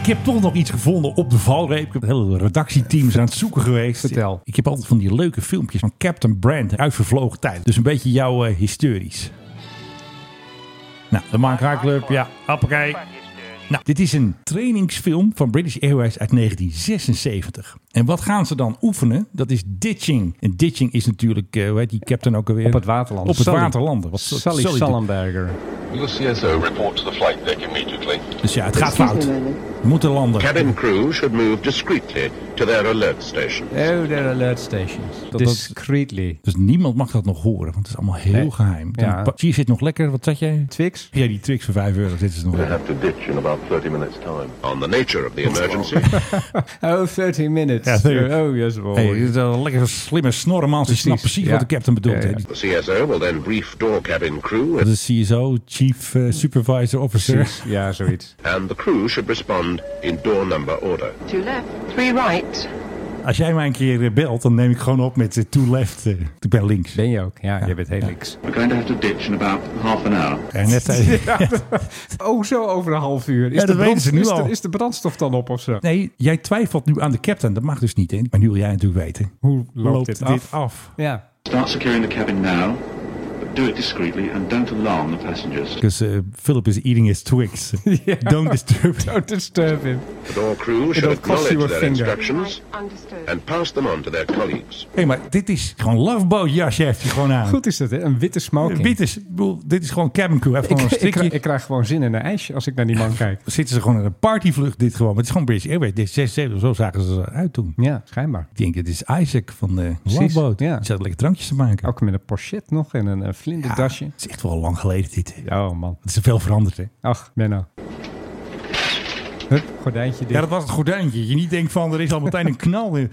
Ik heb toch nog iets gevonden op de valreep. Ik heb het hele redactieteam aan het zoeken geweest.
Vertel.
Ik heb altijd van die leuke filmpjes van Captain Brand uit vervlogen tijd. Dus een beetje jouw eh, historisch. Nou, de Mark High Club, ja, appakee. Nou, dit is een trainingsfilm van British Airways uit 1976. En wat gaan ze dan oefenen? Dat is ditching. En ditching is natuurlijk, eh hoe heet die captain ook alweer?
Op het waterland.
Op het
Sully.
waterlanden. Wat soort-
Sully
Sully-
Sallenberger.
USCSO report to the flight deck immediately.
Dus ja, het gaat fout. We moeten landen.
Cabin crew should move discreetly to their alert station.
Eh.
Oh, de alert stations.
Dat-
Discreetly.
Dus niemand mag dat nog horen, want het is allemaal heel
Nee.
geheim. Dan
Ja.
pa- Zie je zit nog lekker, wat zat jij?
Twix?
Ja, die Twix voor 5 euro zitten ze nog
We'll
lekker.
have to ditch in about 30 minutes' time. On the nature of the emergency.
Oh, 30 minutes.
Ja, 30.
Oh, yes, well.
Hey, dit is wel een lekkere slimme snorremans. Die snapt precies
ja.
wat de captain bedoelt. hè.
the CSO will then brief door cabin crew,
Dat is CSO, Chief eh, Supervisor Officer.
Precies. Ja, zoiets.
and the crew should respond in door number order.
Two left, three right.
Als jij mij een keer eh, belt, dan neem ik gewoon op met eh, to left. eh. ik ben links.
Ben je ook? Ja, je bent heel links.
We're going to have to ditch in about half an hour.
En net zei-
Oh, zo over een half uur. Is,
Ja, dat
de, brand-
weten ze nu
is,
al.
De, is de brandstof dan op of zo?
Nee, jij twijfelt nu aan de captain. Dat mag dus niet. Hè? Maar nu wil jij natuurlijk weten.
Hoe
loopt, dit, af?
Ja.
Start securing the cabin now, but do it discreetly and don't alarm the passengers.
Because eh, Philip is eating his Twix. Don't disturb him.
Don't disturb him.
The door crew should
It'll cost
acknowledge
you a
their
finger.
instructions and pass them on to their colleagues.
Hé, maar dit is gewoon loveboat jasje heeft hij gewoon aan.
Goed is dat, hè? Een witte smoking.
Dit is, ik bedoel, dit is gewoon cabin crew. Hij heeft
Ik,
gewoon
ik,
een strikje.
krijg- ik krijg gewoon zin in een ijsje als ik naar die man kijk.
zitten ze gewoon in een partyvlucht dit gewoon. Maar het is gewoon British Airways. Dit is 76, zo zagen ze eruit toen.
Ja, schijnbaar.
Ik denk, het is Isaac van de
Precies,
Loveboat.
ja.
Die zat lekker drankjes te maken.
Ook met een pochet nog en een eh, vlinderdasje.
Het is echt wel lang geleden dit. hè.
Ja, oh, man.
Het is veel veranderd hè.
Ach, Menno. Hup, gordijntje dicht.
Ja, dat was het gordijntje. Je niet denkt van, er is al meteen een knal. in.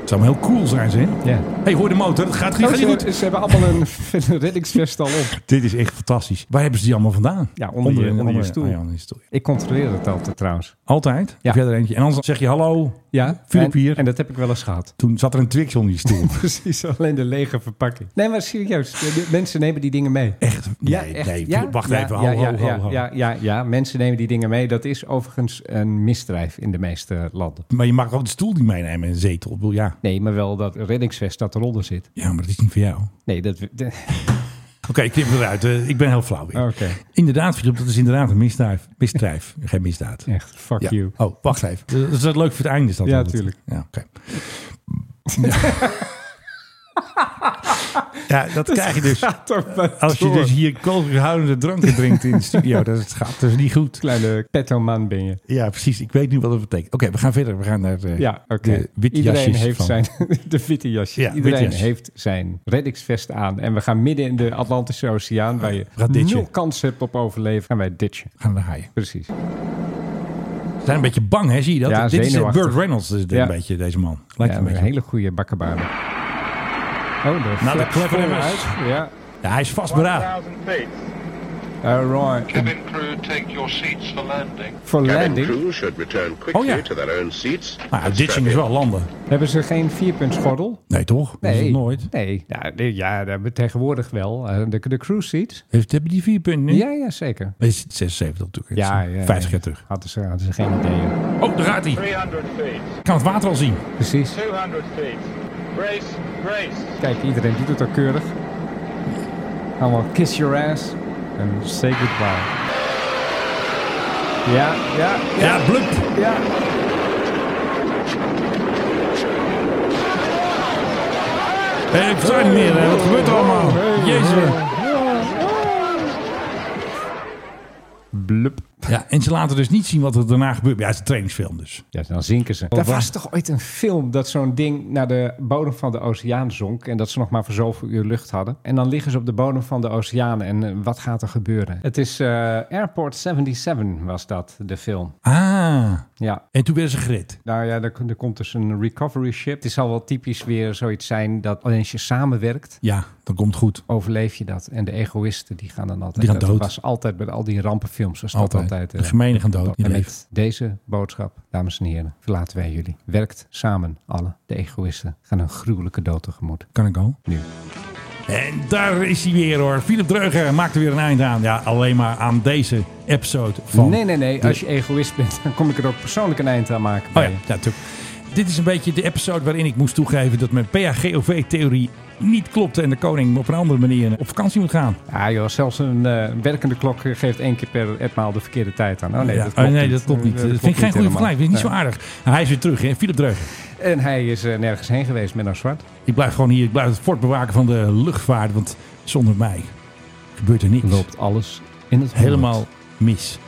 Het zou maar heel cool zijn ze. hè?
Ja.
hey, hoor de motor. Het gaat,
Oh,
gaat niet goed.
ze, ze hebben allemaal een, een reddingsvest al op.
Dit is echt fantastisch. Waar hebben ze die allemaal vandaan?
Ja, onder, je, onder, je stoel.
ah ja, onder je stoel.
Ik controleer het altijd trouwens.
Altijd? Heb jij er eentje? En anders zeg je hallo,
Ja,
Philip
en,
hier.
en dat heb ik wel eens gehad.
Toen zat er een Twix onder je stoel.
Precies, alleen de lege verpakking. Nee, maar serieus, de- de- mensen nemen die dingen mee.
Echt?
Ja,
Nee,
echt.
nee,
ja,
wacht
ja,
even,
ja,
ho,
ja,
ho, ho,
ja,
ho.
Ja, ja, ja, mensen nemen die dingen mee. Dat is overigens een misdrijf in de meeste landen.
maar je mag ook de stoel niet meenemen en een zetel. Ik bedoel, ja.
Nee, maar wel dat reddingsvest dat eronder zit.
Ja, maar dat is niet voor jou.
Nee, dat... de-
Oké, ik knip het eruit. Eh, ik ben heel flauw weer.
Oké,
Inderdaad, Filip, dat is inderdaad een misdrijf. Misdrijf, geen misdaad.
echt, fuck
Ja.
you.
Oh, wacht even. Dat is dat leuk voor het einde. Is dat
Ja,
altijd?
tuurlijk.
Ja, oké. Ja, dat, krijg je dus. Als je
door.
dus hier koolzuurhoudende dranken drinkt in de studio, dat gaat dus niet goed.
Kleine pettoman ben je.
Ja, precies. Ik weet nu wat dat betekent. Oké, we gaan verder. We gaan naar de,
Ja, oké.
de witte
Iedereen
jasjes
heeft
van-
zijn de witte jasjes.
Ja,
Iedereen
witte jasjes.
heeft zijn reddingsvest aan. En we gaan midden in de Atlantische Oceaan, waar je
gaat ditchen.
nul kans hebt op overleven, gaan wij ditchen.
Gaan we naar haaien.
Precies.
Ze zijn een beetje bang, hè? Zie je dat?
Ja,
Dit is eh,
zenuwachtig.
Burt Reynolds, is dit
Ja.
een beetje, deze man. Lijkt
Ja,
een beetje.
een hele goede bakkenbaan. Oh, de
Nou, de
flaps
clever
komen
MS.
uit. Ja. Eh,
Ja, hij is vastberaden.
All right.
crew, take your seats for landing.
For landing?
Cabin crew should return quickly
Oh, ja.
to their own seats.
Nou, ja, ditching is wel landen.
Hebben ze geen vierpuntsgordel?
Nee, toch? Dat is het nooit.
Nee, ja, nee, ja dat hebben we tegenwoordig wel. Eh, De, de cruise seats.
Heeft, hebben die vier punten nu?
Ja, ja, zeker.
Nee, het is 76 natuurlijk.
Ja,
Het is
ja,
50
ja.
Hm? jaar terug.
Hadden ze, hadden ze geen idee.
Oh, daar gaat hij. Ik kan het water al zien.
Precies.
200 feet. Brace, brace.
Kijk, iedereen doet het al keurig. Allemaal kiss your ass en say goodbye. Ja, ja,
ja. blup.
Ja.
Hé, ik versta niet meer. hè. Wat gebeurt er allemaal? Jezus.
Blup.
Ja, en ze laten dus niet zien wat er daarna gebeurt. Ja, het is een trainingsfilm dus.
Ja, dan zinken ze. Er was toch ooit een film dat zo'n ding naar de bodem van de oceaan zonk. En dat ze nog maar voor zoveel uur lucht hadden. En dan liggen ze op de bodem van de oceaan. En eh, wat gaat er gebeuren? Het is eh, Airport 77 was dat, de film.
Ah.
Ja.
En toen werden ze gered.
Nou ja, er, er komt dus een recovery ship. Het zal wel typisch weer zoiets zijn dat als je samenwerkt,
Ja, dan komt het goed.
overleef je dat. En de egoïsten die gaan dan altijd
Die gaan
dat
dood.
was altijd bij al die rampenfilms. Was
Altijd.
Dat altijd
De
eh,
gemenen gaan dood,
dat-
die
En
leven.
met deze boodschap, dames en heren, verlaten wij jullie. Werkt samen, alle. De egoïsten gaan een gruwelijke dood tegemoet.
Kan ik al?
Nu.
En daar is hij weer hoor. Philip Dreuger maakt er weer een eind aan. Ja, alleen maar aan deze episode van...
nee, nee, nee.
de-
Als je egoïst bent, dan kom ik er ook persoonlijk een eind aan maken.
Oh ja,
bij je.
ja, natuurlijk. Dit is een beetje de episode waarin ik moest toegeven dat mijn PHGOV-theorie niet klopte en de koning op een andere manier op vakantie moet gaan.
Ah joh, zelfs een eh, werkende klok geeft één keer per etmaal de verkeerde tijd aan. Oh nee,
Ja,
dat klopt
oh, nee,
niet.
dat klopt niet.
Eh,
Dat, vind ik geen goede
helemaal.
vergelijking. Dat is niet
Nee.
zo aardig. Nou, Hij is weer terug, hè? Philip Dreuger.
En hij is eh, nergens heen geweest met een zwart.
Ik blijf gewoon hier. Ik blijf het fort bewaken van de luchtvaart. Want zonder mij gebeurt er niks.
Loopt alles in het honderd.
Helemaal mis.